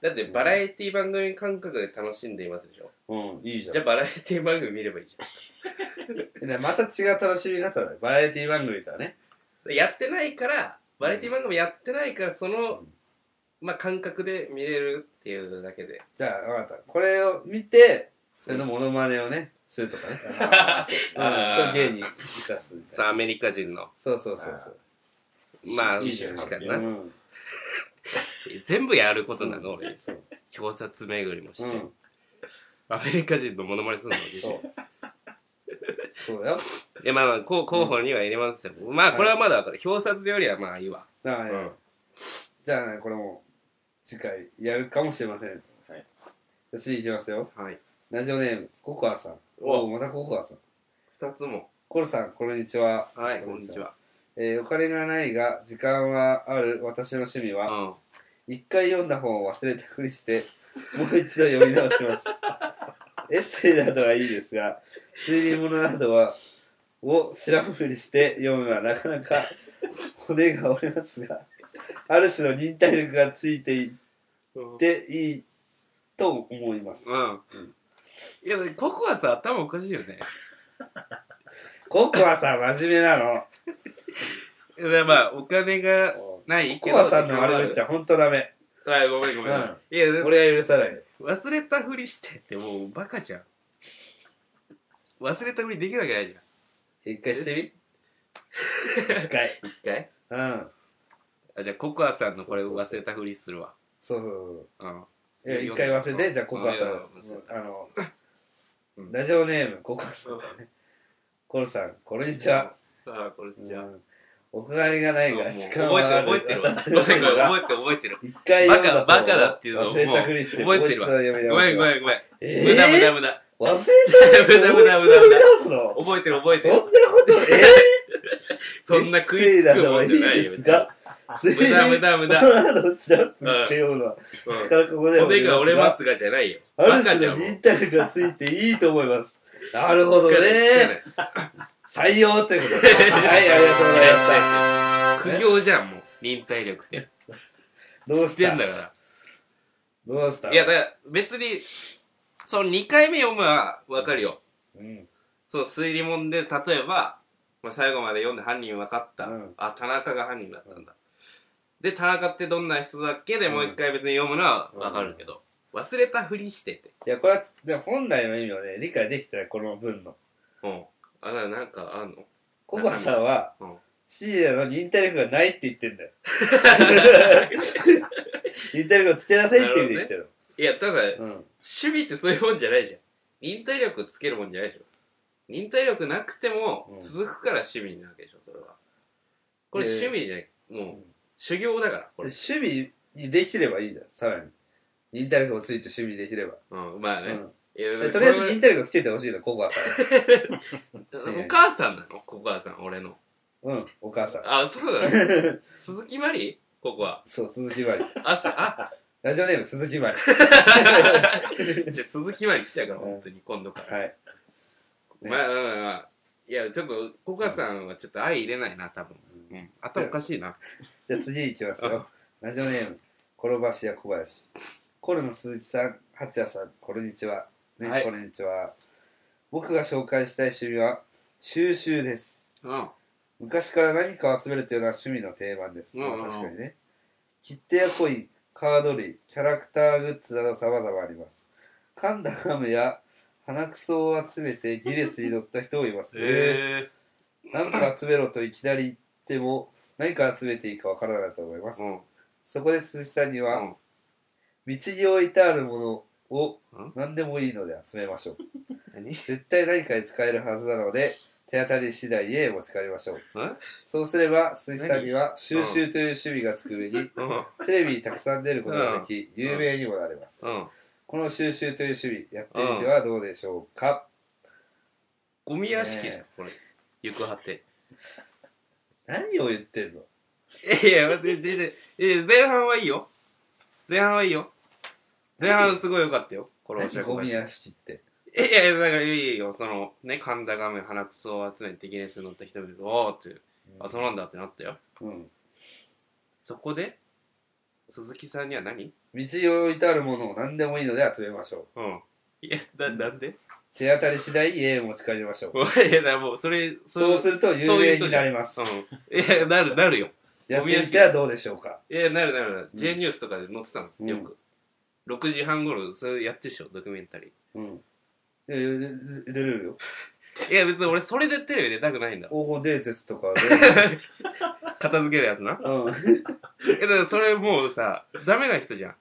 Speaker 1: だってバラエティ番組感覚で楽しんでいますでしょ、
Speaker 2: うん、いいじゃん
Speaker 1: じゃあ。バラエティ番組見ればいいじ
Speaker 2: ねまた違う楽しみ方だね。バラエティ番組とはね。
Speaker 1: ゃんやってないからバラエティ番組やってないからその、
Speaker 2: うん
Speaker 1: まあ感覚で見れるっていうだけで
Speaker 2: じゃあ、わかった。これを見て、それのモノマネをね、するとかね。うん、そう芸人生かすみたいな。
Speaker 1: さあアメリカ人の
Speaker 2: そうそうそうそう。
Speaker 1: まあ
Speaker 2: いいじゃん
Speaker 1: 確かに
Speaker 2: う。
Speaker 1: なん全部やることなの、俺
Speaker 2: そう。
Speaker 1: 表札巡りもして、
Speaker 2: うん。
Speaker 1: アメリカ人のモノマネするの自
Speaker 2: そ
Speaker 1: 身
Speaker 2: う。そうだよ。
Speaker 1: いやまあまあ候候補には入れますよ、まあこれはまだわかる表札よりはまあいいわ、
Speaker 2: だからね、
Speaker 1: うん
Speaker 2: じゃあね、これも、次回やるかもしれません。
Speaker 3: はい。
Speaker 2: 次いきますよ。
Speaker 1: はい
Speaker 2: ラジオネーム、ココアさん。
Speaker 1: お
Speaker 2: おまたココアさん。
Speaker 1: 2つも
Speaker 2: コルさん、こんにちは。
Speaker 1: はいこんにちは
Speaker 2: えーお金がないが、時間はある私の趣味は、
Speaker 1: うん
Speaker 2: 一回読んだ本を忘れたふりして、もう一度読み直します。エッセイなどはいいですが、推理物などは、を知らんふりして読むのはなかなか骨が折れますが、ある種の忍耐力がついていっていいと思います。
Speaker 1: うんいやココアさ頭おかしいよね
Speaker 2: ココアさん真面目なの。
Speaker 1: いやまあお金がない
Speaker 2: コ
Speaker 1: け
Speaker 2: コ
Speaker 1: ど
Speaker 2: アさんのあれ
Speaker 1: 悪
Speaker 2: めっちゃほんとダメ。
Speaker 1: はいごめんごめん、
Speaker 2: うん
Speaker 1: いや
Speaker 2: 俺は許さない。
Speaker 1: 忘れたふりしてってもうバカじゃん忘れたふりできるわけないじゃん
Speaker 2: 一回してみ
Speaker 1: 一
Speaker 2: 一回。
Speaker 1: 回
Speaker 2: うん。
Speaker 1: あじゃあココアさんのこれ
Speaker 2: そうそう
Speaker 1: 忘
Speaker 2: そう
Speaker 1: れたふりするわ
Speaker 2: そうそうそう。
Speaker 1: うん
Speaker 2: いや一回忘れ
Speaker 1: う
Speaker 2: て、
Speaker 1: ん
Speaker 2: じゃあ、ココアさん
Speaker 1: うん忘れ。
Speaker 2: あの
Speaker 1: う、ん
Speaker 2: ラジオネーム、ココアさんだね。コロさん、こんにちは。
Speaker 1: ああこれじゃあ
Speaker 2: うんおかわりがない
Speaker 1: もう
Speaker 2: が、
Speaker 1: 覚え
Speaker 2: 時
Speaker 1: て
Speaker 2: 間
Speaker 1: る
Speaker 2: はある。
Speaker 1: 覚えてるわ
Speaker 2: 私の
Speaker 1: ごめんごめん
Speaker 2: が
Speaker 1: 覚えてる覚えてる
Speaker 2: 一回
Speaker 1: バ
Speaker 2: 読んだ
Speaker 1: カ
Speaker 2: 本を
Speaker 1: バカだっていうのを
Speaker 2: 忘れたふりして、
Speaker 1: もう覚えてるわ
Speaker 2: もう一度読み
Speaker 1: ごめんご
Speaker 2: 直し
Speaker 1: めんごめん
Speaker 2: たえ
Speaker 1: 無駄無
Speaker 2: ぇ
Speaker 1: 駄無駄
Speaker 2: 忘れちゃう
Speaker 1: 無 駄無駄無駄
Speaker 2: もう一度読み直すの
Speaker 1: 覚えてる覚え
Speaker 2: そ
Speaker 1: て
Speaker 2: んな
Speaker 1: る
Speaker 2: こと、え
Speaker 1: そんな食いつくもんじゃないよ
Speaker 2: ですが、無
Speaker 1: 無駄無駄無駄
Speaker 2: 知らんぷりっていうのは、
Speaker 1: うん
Speaker 2: なかなかここでは
Speaker 1: 骨が折れますがじゃないよ
Speaker 2: ある
Speaker 1: バカじ
Speaker 2: 種
Speaker 1: ゃ
Speaker 2: の
Speaker 1: んもう
Speaker 2: 忍耐力がついていいと思います。 なるほどね。
Speaker 1: つ
Speaker 2: 採用ということで。 はい、ありがとうございました。
Speaker 1: かない苦行じゃんもう忍耐力って
Speaker 2: どう
Speaker 1: し
Speaker 2: してた
Speaker 1: んだか
Speaker 2: どうした
Speaker 1: らいやだから別にその2回目読むはわかるよ
Speaker 2: うん。
Speaker 1: その推理もんで例えば、まあ、最後まで読んで犯人分かった、
Speaker 2: うん
Speaker 1: あ田中が犯人だったんだ、で田中ってどんな人だっけでもう一回別に読むのは分かるけど、忘れたふりしてて
Speaker 2: いや、これは、でも本来の意味をね、理解できてない、この文の。
Speaker 1: うんあななんかあん の
Speaker 2: ココアさんは
Speaker 1: うん、
Speaker 2: シーラの忍耐力がないって言ってんだよ。忍耐力をつけなさいって意味で言ってる
Speaker 1: いやただ
Speaker 2: の。うん。
Speaker 1: 趣味ってそういうもんじゃないじゃん忍耐力つけるもんじゃないでしょ忍耐力なくても
Speaker 2: うん
Speaker 1: 続くから趣味なわけでしょそれはこれ
Speaker 2: えー
Speaker 1: 趣味じゃない、もう、
Speaker 2: うん
Speaker 1: 修行だからこれ
Speaker 2: 趣味にできればいいじゃん、さらに。忍耐力をついて趣味にできれば。
Speaker 1: うんまあ
Speaker 2: う
Speaker 1: ね、
Speaker 2: ん。
Speaker 1: いや
Speaker 2: とりあえず
Speaker 1: これ
Speaker 2: 忍耐力をつけてほしいの、ココアさん。
Speaker 1: お母さんなのココアさん俺の
Speaker 2: うん、お母さん。
Speaker 1: あそうだね 鈴木まりここは
Speaker 2: そう、鈴木まり。
Speaker 1: あそ あ
Speaker 2: ラジオネーム、鈴木まり。
Speaker 1: じゃあ鈴木まり来ちゃうから本当に今度から、
Speaker 2: はい。ね
Speaker 1: まあまあまあまあいやちょっとココアさんはちょっと相入れないな多分、うん、頭おかしいな
Speaker 2: じゃあ次いきますよ。ラジオネーム、転ばしや小林。コルの鈴木さん、八谷さん、こんにちは。ね、
Speaker 1: はい
Speaker 2: こんにちは。僕が紹介したい趣味は、収集です。
Speaker 1: うん。
Speaker 2: 昔から何かを集めるというのは趣味の定番です。
Speaker 1: うんうんうん
Speaker 2: まあ確かにね。切手やコイン、カード類、キャラクターグッズなど様々あります。噛んだガムや鼻くそを集めてギネスに乗った人もいます、
Speaker 1: え
Speaker 2: 何か集めろといきなり言っても何から集めていいかわからないと思います、
Speaker 1: うん。
Speaker 2: そこで鈴木さんには、
Speaker 1: うん
Speaker 2: 道に置いてあるものを
Speaker 1: うん
Speaker 2: 何でもいいので集めましょう
Speaker 1: 何
Speaker 2: 絶対何かに使えるはずなので手当たり次第へ持ち帰りましょう
Speaker 1: え
Speaker 2: そうすれば鈴木さんには収集という趣味がつく上に
Speaker 1: うん。
Speaker 2: テレビにたくさん出ることができ有名にもなれます
Speaker 1: うん。
Speaker 2: この収集という趣味やってみてはどうでしょうか
Speaker 1: ゴミ屋敷じゃん
Speaker 2: ね、
Speaker 1: これ。行く果て。
Speaker 2: 何を言ってんの
Speaker 1: いやいや、で、で、で、え前半はいいよ。前半はいいよ。前半すごい良かったよ。これおしゃ
Speaker 2: 何
Speaker 1: れ
Speaker 2: ゴミ屋敷って
Speaker 1: えいやいや、だからいやいやいや、その、ね、神田画面、鼻くそを集めてギネスに乗った人々おーって、あ、そうなんだってなったよ。
Speaker 2: うん
Speaker 1: そこで、鈴木さんには何
Speaker 2: 道に置いてあるものを何でもいいので集めましょう
Speaker 1: うん。いや、な、なんで
Speaker 2: 手当たり次第家へ持ち帰りましょう
Speaker 1: いや、だからもう、それ、
Speaker 2: そうす
Speaker 1: る。
Speaker 2: ると有名になります
Speaker 1: うん。いや、なる、なるよ。
Speaker 2: やってみてはどうでしょうか
Speaker 1: いや、なるなるなる。
Speaker 2: うん
Speaker 1: J ニュースとかで載ってたの、
Speaker 2: うん
Speaker 1: よく。6時半頃、それやってるでしょ、ドキュメンタリ
Speaker 2: うんいやいやで出れるよ
Speaker 1: ー。いや、別に俺、それでテレビ出たくないんだ。
Speaker 2: 黄金伝説とか出れる
Speaker 1: 片付けるやつな。
Speaker 2: うん
Speaker 1: え、だからそれもうさ、ダメな人じゃん。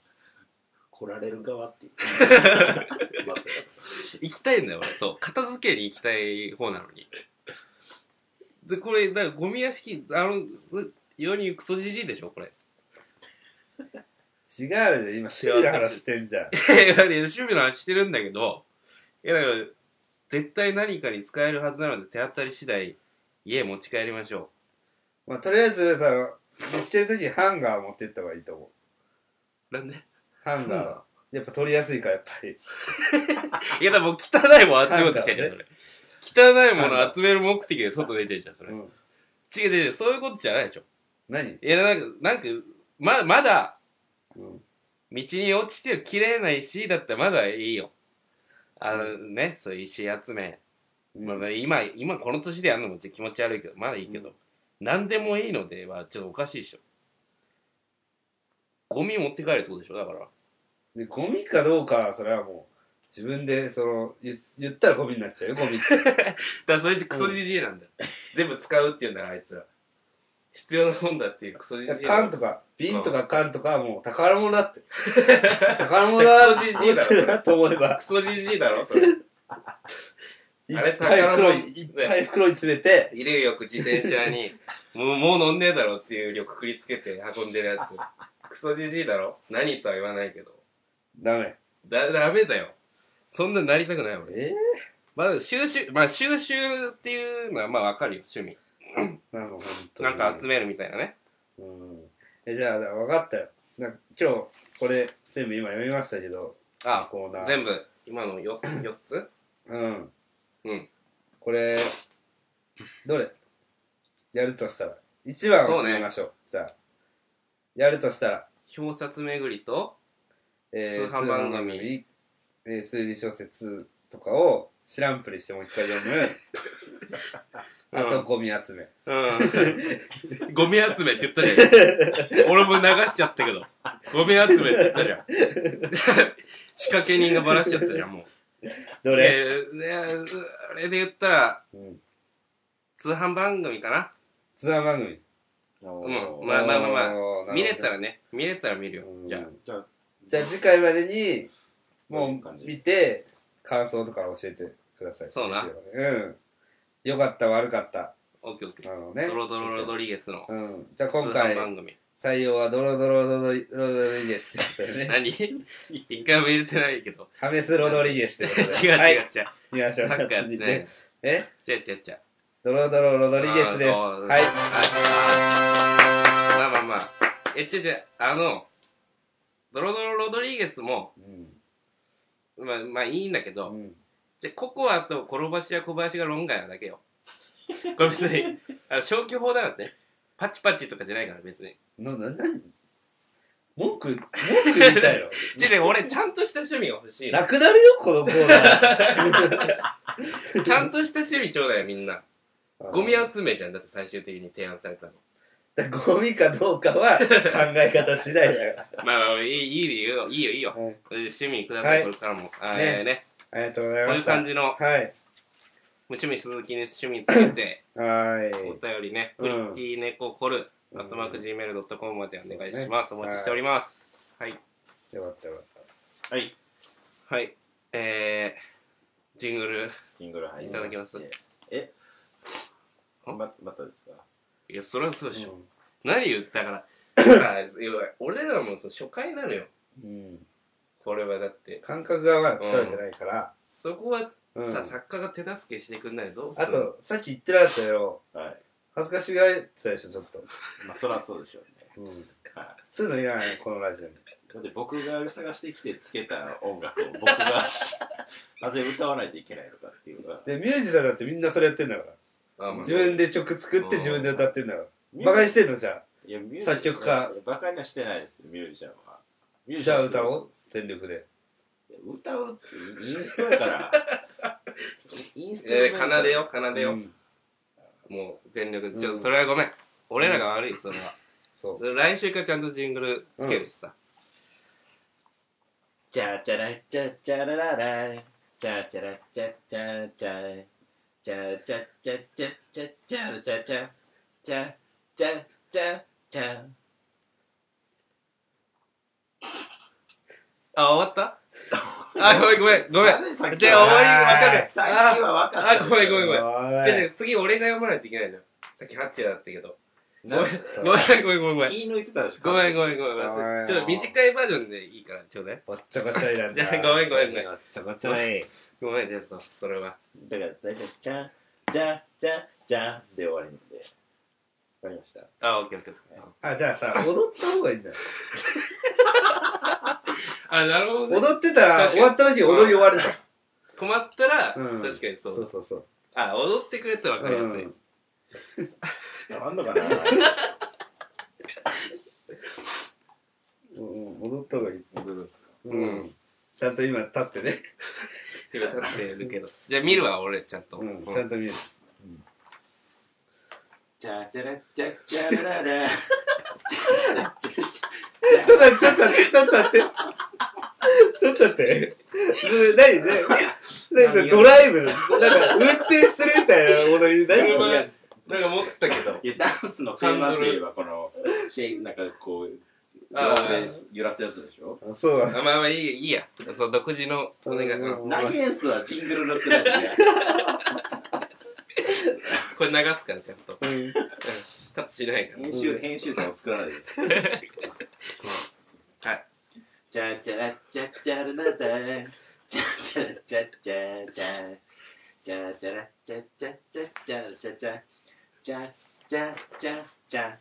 Speaker 3: 来られる側っていう。まさか
Speaker 1: 行きたいんだよ、俺。そう。片付けに行きたい方なのに。で、これ、だからゴミ屋敷、あの、う世に言うクソじじいでしょ、これ。
Speaker 2: 違うよ今趣味の話してんじゃん
Speaker 1: いやいや、趣味の話してるんだけど、いや、だから、絶対何かに使えるはずなので、手当たり次第、家持ち帰りましょ
Speaker 2: まあとりあえずさ見つける時にハンガー持ってった方がいいと思う
Speaker 1: う。なんで
Speaker 2: ハンガーはやっぱ取りやすいからやっぱり
Speaker 1: いや、でも汚いもん集めようとしてるよ、それ。汚いもの集める目的で外出てるじゃん、それ。
Speaker 2: う
Speaker 1: 違
Speaker 2: ん
Speaker 1: う違う違う、そういうことじゃないでしょ。
Speaker 2: 何
Speaker 1: いや、なんか、なんか、ま、まだ、
Speaker 2: う
Speaker 1: 道
Speaker 2: ん
Speaker 1: に落ちてる綺麗な石だったらまだいいよ。あの、ね、そういう石集め。まあまあ、今、今この年でやるのもちょっと気持ち悪いけど、まだいいけど、何でもいいのではちょっとおかしいでしょ。ゴミ持って帰るってことでしょ、だから。
Speaker 2: でゴミかどうかはそれはもう自分でその言言ったらゴミになっちゃうよゴミって
Speaker 1: だからそれってクソじじいなんだよ、全部使うって言うんだからあいつら必要なもんだっていうクソじじいなんだ
Speaker 2: 缶
Speaker 1: よ
Speaker 2: とか瓶とか缶とかはもう宝物だって 宝物
Speaker 1: クソじ
Speaker 2: だ
Speaker 1: じいだろ
Speaker 2: なと思えば
Speaker 1: クソじ じいだろそれ
Speaker 2: い
Speaker 1: あれ
Speaker 2: っぱい袋
Speaker 1: 宝物
Speaker 2: にいっぱい袋に詰めて
Speaker 1: 威力よく自転車にもうもう飲んねえだろっていう力くくりつけて運んでるやつクソじじいだろ何とは言わないけど
Speaker 2: ダメ
Speaker 1: だダメだよそんななりたくない俺
Speaker 2: え
Speaker 1: まあ収集まあ収集っていうのはまあわかるよ趣味
Speaker 2: ー、なんか本当
Speaker 1: なんか集
Speaker 2: め
Speaker 1: めるみたいなね
Speaker 2: うんえじゃあ分かったよなんか今日これ全部今読みましたけど
Speaker 1: あ
Speaker 2: コーナー
Speaker 1: 全部今の 4, 4つ
Speaker 2: うん
Speaker 1: うん
Speaker 2: これどれやるとしたら1番を決めましょうじゃあやるとしたら
Speaker 1: 表札巡りと
Speaker 2: えー、
Speaker 1: 通販番組
Speaker 2: えー推理小説とかを知らんぷりしてもう一回読むあとゴミ集め、
Speaker 1: うん。ゴミ集めって言ったじゃん。俺も流しちゃったけど。ゴミ集めって言った じゃん。仕掛け人がバラしちゃったじゃん、もう。
Speaker 2: どれ、
Speaker 1: でであれで言ったら、
Speaker 2: うん、
Speaker 1: 通販番組かな。
Speaker 2: 通販番組
Speaker 1: うん。まあまあまあまあ。
Speaker 2: おーなるほど
Speaker 1: 見れたらね。見れたら見るよ
Speaker 2: う。ん
Speaker 1: じゃあ。
Speaker 3: じゃあ、
Speaker 2: じゃあ次回までに
Speaker 3: どうい
Speaker 2: も
Speaker 3: う感
Speaker 2: う
Speaker 3: じ
Speaker 2: 見て感想とか教えてください
Speaker 1: そうな
Speaker 2: うんよかった悪かった
Speaker 1: オッケーオッケ
Speaker 2: なの
Speaker 1: ー。
Speaker 2: ね
Speaker 1: ドロドロロドリゲスの
Speaker 2: うん、じゃあ
Speaker 1: 通
Speaker 2: 今
Speaker 1: 販
Speaker 2: 回
Speaker 1: 番組。
Speaker 2: 採用はドロドロドロロドリゲスってことでね
Speaker 1: 何一回も入れてないけど。
Speaker 2: ハメス・ロドリゲス
Speaker 1: 違
Speaker 2: っ
Speaker 1: う
Speaker 2: てことで
Speaker 1: 違う
Speaker 2: はい、
Speaker 1: 違う。サ
Speaker 2: 見ましょう
Speaker 1: ッカーやって
Speaker 2: 次
Speaker 1: ない
Speaker 2: ね。え
Speaker 1: 違う違う違う。
Speaker 2: ドロドロロドリゲスです。
Speaker 1: あー
Speaker 2: はい。
Speaker 1: まあまあまあ。え、違う違う、あの、ドロドロロドリゲスも、まあ、まあいいんだけど、
Speaker 2: うん
Speaker 1: じゃあココアと転ばしや小林が論外なだけよ。これ別に、 あの消去法だからね。パチパチとかじゃないから別に。
Speaker 2: な、な、なに文句、文句言いたいの
Speaker 1: 違う 違う俺ちゃんとした趣味が欲しいの
Speaker 2: なくなるよ、このコーナ
Speaker 1: ちゃんとした趣味ちょうだいよみんな
Speaker 2: ー。
Speaker 1: ゴミ集めじゃんだって最終的に提案されたの
Speaker 2: だからゴミかどうかは考え方次第 だよ。
Speaker 1: まあまあいいいいよいいよいいよ
Speaker 2: はい
Speaker 1: 趣味くださ
Speaker 2: はい
Speaker 1: いこれからもあー
Speaker 2: ね
Speaker 1: ね
Speaker 2: ありがとうござい
Speaker 1: こう
Speaker 2: ま
Speaker 1: いう
Speaker 2: した。
Speaker 1: 感じの
Speaker 2: はい。
Speaker 1: 趣味鈴木に趣味つけてお
Speaker 2: は
Speaker 1: 便りね
Speaker 2: う
Speaker 1: ク
Speaker 2: ん
Speaker 1: リッキー猫コル
Speaker 2: うん
Speaker 1: アットマーク Gmail.com までお願いしますお待ちしておりますはい
Speaker 2: い。よかったよかっ
Speaker 4: はい。
Speaker 1: はいえージングル
Speaker 4: シングル入りまして
Speaker 1: いただきます。
Speaker 4: え
Speaker 1: あ
Speaker 4: ま、またですか
Speaker 1: いやそれはそう
Speaker 2: た。
Speaker 1: でしょ
Speaker 2: ん
Speaker 1: 何言ったからさあいや俺らもその初回なのよ
Speaker 2: うん。
Speaker 1: これはだって
Speaker 2: 感覚がまだ疲れてないから。
Speaker 1: そこは
Speaker 2: うん
Speaker 1: さ作家が手助けしてくんないとどうす
Speaker 2: あ
Speaker 1: るの
Speaker 2: と、さっき言ってなかったよ。
Speaker 4: はい。
Speaker 2: 恥ずかしがられてたでしょ、ちょっと。
Speaker 4: まあ、そらそうでしょうね。
Speaker 2: うん
Speaker 4: は
Speaker 2: そういうのいらないの、このラジオに。
Speaker 4: い。だって僕が探してきてつけた音楽を僕がなぜ歌わないといけないのかっていうのが。
Speaker 2: で、ミュージシャンだってみんなそれやってんだから。
Speaker 1: あまあ
Speaker 2: 自分で曲作って自分で歌ってんだから。
Speaker 4: ミュージ
Speaker 2: バカにしてんのじゃ
Speaker 4: いやミュージ
Speaker 2: 作曲家
Speaker 4: いやバカにはしてないですミュージシャンは。ミュー
Speaker 2: あ。じ
Speaker 4: ジシ
Speaker 2: ゃ
Speaker 4: ャ
Speaker 2: あ
Speaker 4: ン
Speaker 2: 歌おう。全力で。
Speaker 4: う。歌うってインストやから。インインスト
Speaker 1: えー奏でよ。奏で
Speaker 2: う
Speaker 1: よ
Speaker 2: ん
Speaker 1: もう全力でちょ
Speaker 2: うん
Speaker 1: それはごめん俺らが悪いそれは
Speaker 2: そう。
Speaker 1: 来週からちゃんとジングルつけるしさ
Speaker 4: チャチャラチャチャラララチャチャラチャチャチャチャチャチャチャチャチャチャチャチャチャチャチャ
Speaker 1: あ終わった あごめんごめんごめん
Speaker 4: 何さっきは
Speaker 1: じゃあ終わりわかる
Speaker 4: さっきは分かった
Speaker 1: あごめんごめんごめんじゃ
Speaker 2: おい
Speaker 1: あじゃあ次俺が読まないといけないのよさっきハッチだったけどごめん
Speaker 4: な
Speaker 1: ごめんごめんごめんごめん
Speaker 4: 気抜いてたでしょ
Speaker 1: ごめんごめんごめん
Speaker 2: あー
Speaker 1: 忘れてたちょっと短いバージョンでいいからちょうだい
Speaker 2: わっちゃかちゃいなん
Speaker 1: じ
Speaker 2: だ。
Speaker 1: ゃあごめんごめんごめん
Speaker 2: わっちゃかちゃい。
Speaker 1: ごめんじゃあそうそれは
Speaker 4: だから大体チャチャチャチャで終わりなんでわかりました
Speaker 1: あオッケーオッケー
Speaker 2: あ、じゃあさ、踊った方がいいんじゃない
Speaker 1: あなるほどね
Speaker 2: 踊ってたら、
Speaker 1: 確かに
Speaker 2: 終わった時に踊り終わるじゃん。
Speaker 1: 困ったら
Speaker 2: うん
Speaker 1: 確かにそ
Speaker 2: そう
Speaker 1: う
Speaker 2: そうそう。
Speaker 1: あ踊ってくれたら分かりやすい
Speaker 2: うん
Speaker 4: 伝わんのかな
Speaker 2: うんうん踊った方がいい。
Speaker 4: どうですか
Speaker 1: う
Speaker 2: うんん。ちゃんと今立ってね。
Speaker 1: 今立ってるけどじゃあ見るわ俺ちゃんと
Speaker 2: うん。
Speaker 1: うん
Speaker 2: ちゃんと見る。
Speaker 4: チャチャラチャチャラララチャチャラチャチャ
Speaker 2: ちょっと待って、ちょっと待って、ちょっと待って。ちょっと待って。何ね何
Speaker 1: 何
Speaker 2: 何ドライブなんか運転してるみたいなものに何
Speaker 1: 車
Speaker 2: そ
Speaker 1: なん
Speaker 2: れ
Speaker 1: か持ってたけど
Speaker 4: いや、ダンスのテーマといえば、この、シェイなんかこう、
Speaker 1: あー
Speaker 4: ね揺らすやつでしょ
Speaker 2: あそうだ。
Speaker 1: あまあまあいいよいいやそう独自のお願いうん
Speaker 2: うん
Speaker 4: ナゲンスはジングルのくだりで、
Speaker 1: これ流すからちゃんと
Speaker 2: うん
Speaker 1: カットしないから
Speaker 4: 編集、編集点を作らないです。
Speaker 1: はい
Speaker 4: チャチャラチャチャララダチャチャラチャチャチャチャチャラチャチャチャチャチャチャチャチャチャチャ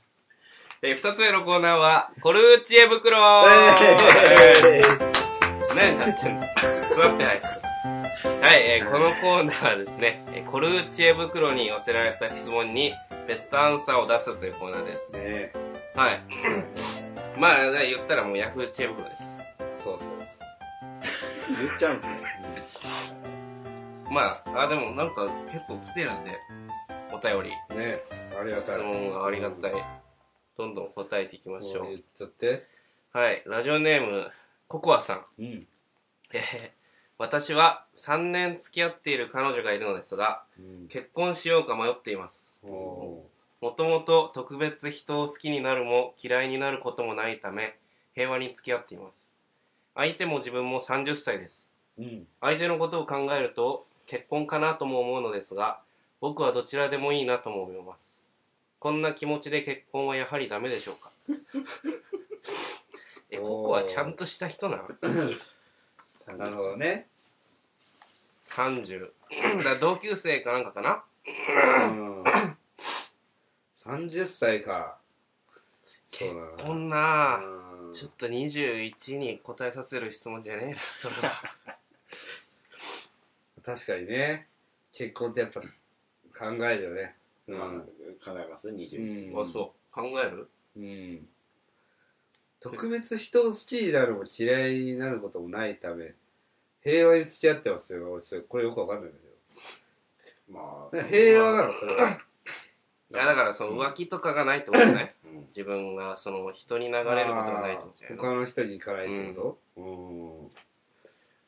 Speaker 1: えー二つ目のコーナーはコルーチエ袋
Speaker 2: え
Speaker 1: 何やってんの座ってないはい、えーこのコーナーはですね、えーコルーチエ袋に寄せられた質問にベストアンサーを出すというコーナーです
Speaker 2: ー。ねえ
Speaker 1: はい。まあ、言ったらもうヤフーチェブ袋です。
Speaker 2: そうそう
Speaker 4: 言っちゃうんですね。
Speaker 1: まあ、あ、でもなんか結構来てるんで、お便り、
Speaker 2: そう。ねえありが
Speaker 1: 質
Speaker 2: たい。
Speaker 1: 問がありがたい。どんどん答えていきましょ
Speaker 2: 言っ
Speaker 1: う。
Speaker 2: ちゃって。
Speaker 1: はい、ラジオネーム、ココアさん。
Speaker 2: うん。
Speaker 1: えー私は3年付き合っている彼女がいるのですが、結婚しようか迷っています。
Speaker 2: お
Speaker 1: もともと特別人を好きになるも嫌いになることもないため、平和に付き合っています。相手も自分も30歳です。
Speaker 2: ーうん。
Speaker 1: 相手のことを考えると結婚かなとも思うのですが僕はどちらでもいいなとも思いますこんな気持ちで結婚はやはりダメでしょうか え
Speaker 2: おー
Speaker 1: ここはちゃんとした人な の
Speaker 2: なるほどね。
Speaker 1: 30だから同級生かなんかかな
Speaker 2: うん。30歳か。そう
Speaker 1: 結
Speaker 2: だな
Speaker 1: 婚なあ
Speaker 2: うん
Speaker 1: ちょっと21に答えさせる質問じゃねえなそれは
Speaker 2: 確かにね。結婚ってやっぱ考えるよね。
Speaker 4: まあ、考えます ?21
Speaker 2: うん
Speaker 1: あそう考える
Speaker 2: うん。特別人を好きになるも嫌いになることもないため平和に付き合ってますよ俺それこれよくわかんないんだけ
Speaker 4: ま
Speaker 2: ど
Speaker 4: あ
Speaker 2: 平和なのそれは
Speaker 1: やだからその浮気とかがないってことじゃ ない
Speaker 4: うん
Speaker 1: 自分がその人に流れることがないってことじゃないの
Speaker 2: 他の人に行かないってことうん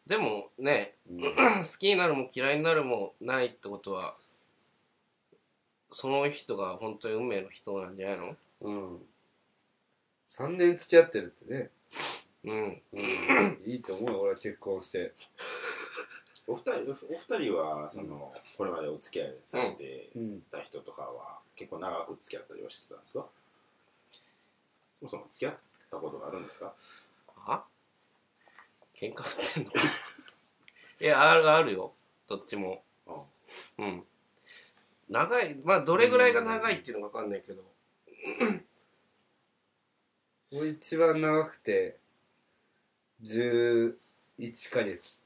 Speaker 1: でもね 好きになるも嫌いになるもないってことはその人が本当に運命の人なんじゃないの
Speaker 2: うん3年付き合ってるってね、
Speaker 1: うん
Speaker 2: うん、いいと思うよ俺は結婚して
Speaker 4: お二人お二人はそのこれまでお付き合いされて
Speaker 2: うん
Speaker 4: た人とかは結構長く付き合ったりはしてたんですかそもそも付き合ったことがあるんですか
Speaker 1: あ喧嘩売ってんの いやあるあるよどっちも
Speaker 4: うん
Speaker 1: うん長いまあどれぐらいが長いっていうのか分かんないけど
Speaker 2: 俺一番長くて11ヶ月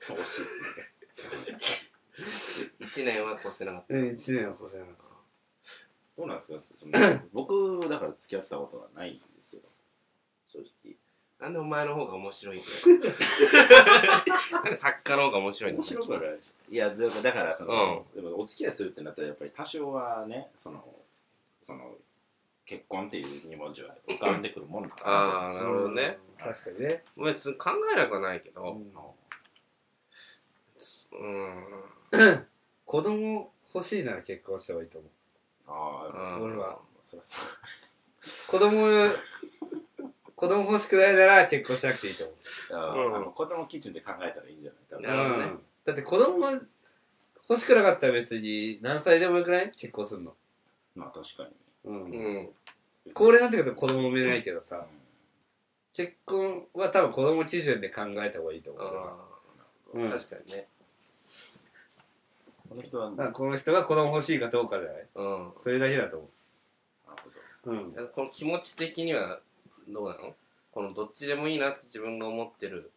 Speaker 4: 惜しいっすね
Speaker 1: 1年は越せなかっ
Speaker 2: うん1年は越せなかっ
Speaker 4: どうなんですかそ の僕だから付き合ったことがないんですよ正直
Speaker 1: たなんでお前の方が面白いんだよなんで作家の方が面白いん
Speaker 4: 面
Speaker 1: だよ
Speaker 4: 白くはないいやだからだからその、でもお付き合いするってなったらやっぱり多少はねそのその結婚っていう二文字は浮かんでくるものかな
Speaker 1: ああ
Speaker 2: た
Speaker 1: なるほどね
Speaker 2: うん確かにね、
Speaker 1: 別に考えなくはないけ
Speaker 2: う
Speaker 1: ど
Speaker 2: ん
Speaker 1: うん
Speaker 2: 子供欲しいなら結婚した方がいいと思う
Speaker 4: ああ
Speaker 1: うん
Speaker 2: 俺は
Speaker 4: そりゃそう
Speaker 2: 子供子供欲しくないなら結婚しなくていいと思う
Speaker 4: あ
Speaker 1: うん
Speaker 4: あの子供基準で考えたらいいんじゃないか
Speaker 1: なるほどね
Speaker 2: うん、だって子供欲しくなかったら別に何歳でもよくない結婚するの
Speaker 4: まあ確かに
Speaker 2: うん
Speaker 1: うん
Speaker 2: 高齢になってくると子供産めないけど
Speaker 4: うん
Speaker 2: さ結婚は多分子供基準で考えた方がいいと思う
Speaker 1: あ
Speaker 2: う
Speaker 1: あ
Speaker 2: ん
Speaker 1: 確かにね
Speaker 4: この人
Speaker 2: だ
Speaker 4: は
Speaker 2: か
Speaker 4: なる
Speaker 2: らこの人が子供欲しいかどうかじゃない
Speaker 1: うん
Speaker 2: それだけだと思
Speaker 4: ほど
Speaker 2: ううん
Speaker 1: この気持ち的にはどうなのこのどっちでもいいなって自分が思ってる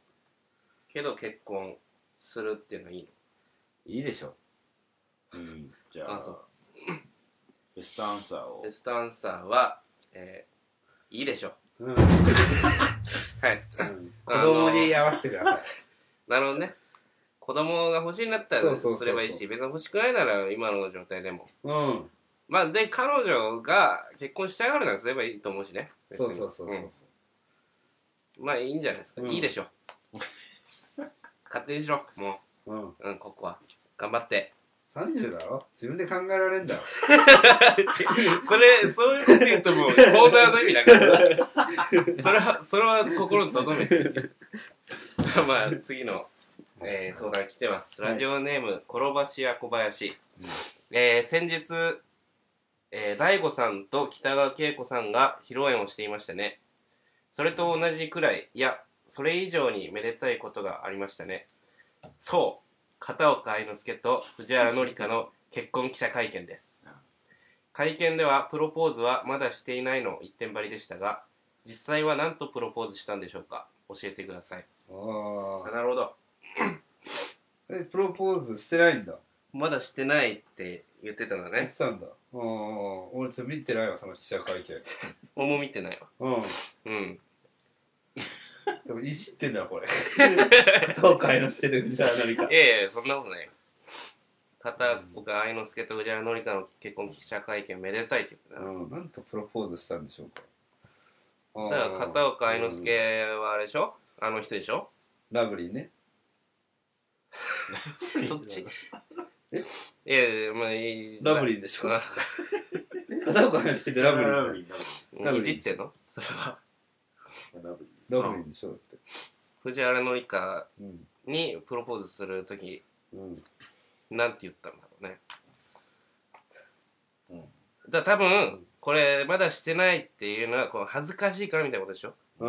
Speaker 1: けど結婚するっていうのはいいの
Speaker 2: いいでしょ
Speaker 4: うんじゃ
Speaker 1: あそ
Speaker 4: あベストアンサーを
Speaker 1: ベストアンサーは、えー、いいでしょ
Speaker 2: うん、
Speaker 1: はい
Speaker 2: 子供に合わせてくだ さ
Speaker 1: なるほどね子供が欲しいんだった
Speaker 2: そう
Speaker 1: ら
Speaker 2: そうそうそう
Speaker 1: すればいいし別に欲しくないなら今の状態でも
Speaker 2: いうん
Speaker 1: まあで彼女が結婚したがるならすればいいと思うしね別に
Speaker 2: そうそうそうそ
Speaker 1: ん
Speaker 2: う、
Speaker 1: まあいいんじゃないですか、
Speaker 2: うん
Speaker 1: いいでしょ勝手にしろも
Speaker 2: うん、
Speaker 1: ううんここは頑張って
Speaker 2: 30だろ自分で考えられんだろ
Speaker 1: それ、そういうこと言うともう、コーナーの意味なくなる。それは、それは心に留めて。まあ、次の、えー相談来てます。ラジオネーム、転ばし屋小林。えー先日、えー、大悟さんと北川景子さんが披露宴をしていましたね。それと同じくらい、いや、それ以上にめでたいことがありましたね。そう、片岡愛之助と藤原紀香の結婚記者会見です。会見ではプロポーズはまだしていないの一点張りでしたが実際は何とプロポーズしたんでしょうか教えてください
Speaker 2: ああ
Speaker 1: なるほど
Speaker 2: えプロポーズしてないんだ
Speaker 1: まだしてないって言ってたんだ
Speaker 2: 言
Speaker 1: ね
Speaker 2: ってたんだうんうん俺ちょっと見てないわその記者会見
Speaker 1: 俺も見てないわ
Speaker 2: うん
Speaker 1: うん
Speaker 2: でもいじってんだよ これ片岡愛之助で藤原何か
Speaker 1: いやいやそんなことないよ片岡愛之助と藤原紀香の結婚記者会見めでたいって言ってたな
Speaker 2: うん、なんとプロポーズしたんでしょうか
Speaker 1: だから片岡愛之助
Speaker 2: うん
Speaker 1: はあれでしょあの人でしょ
Speaker 2: ラブリーね
Speaker 1: そっ ち
Speaker 2: え
Speaker 1: いやいやまあいい
Speaker 2: ラブリーでしょ
Speaker 1: あ
Speaker 2: 片岡愛之助ってラブリー
Speaker 4: ラ
Speaker 2: だ
Speaker 4: ブ
Speaker 2: よ
Speaker 4: リー
Speaker 2: ラブ
Speaker 1: い
Speaker 2: リー
Speaker 1: じってんのそれは
Speaker 4: ラブリー
Speaker 2: ラブリーでしょだって
Speaker 1: 藤原紀香
Speaker 2: うん
Speaker 1: にプロポーズするとき
Speaker 2: うん
Speaker 1: なんて言ったんだろうね
Speaker 4: うん
Speaker 1: だから多分これまだしてないっていうのはこう恥ずかしいからみたいなことでしょ
Speaker 2: う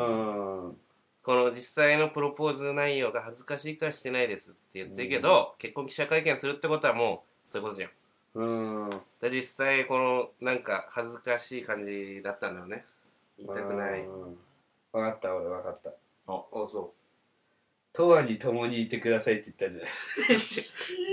Speaker 2: ん
Speaker 1: この実際のプロポーズ内容が恥ずかしいからしてないですって言ってるけど、結婚記者会見するってことはもうそういうことじゃん
Speaker 2: うん
Speaker 1: で実際このなんか恥ずかしい感じだったんだよね言いたくない
Speaker 2: 分かった俺分かった
Speaker 1: あそう
Speaker 2: とわに共にいてくださいって言ったんじゃな い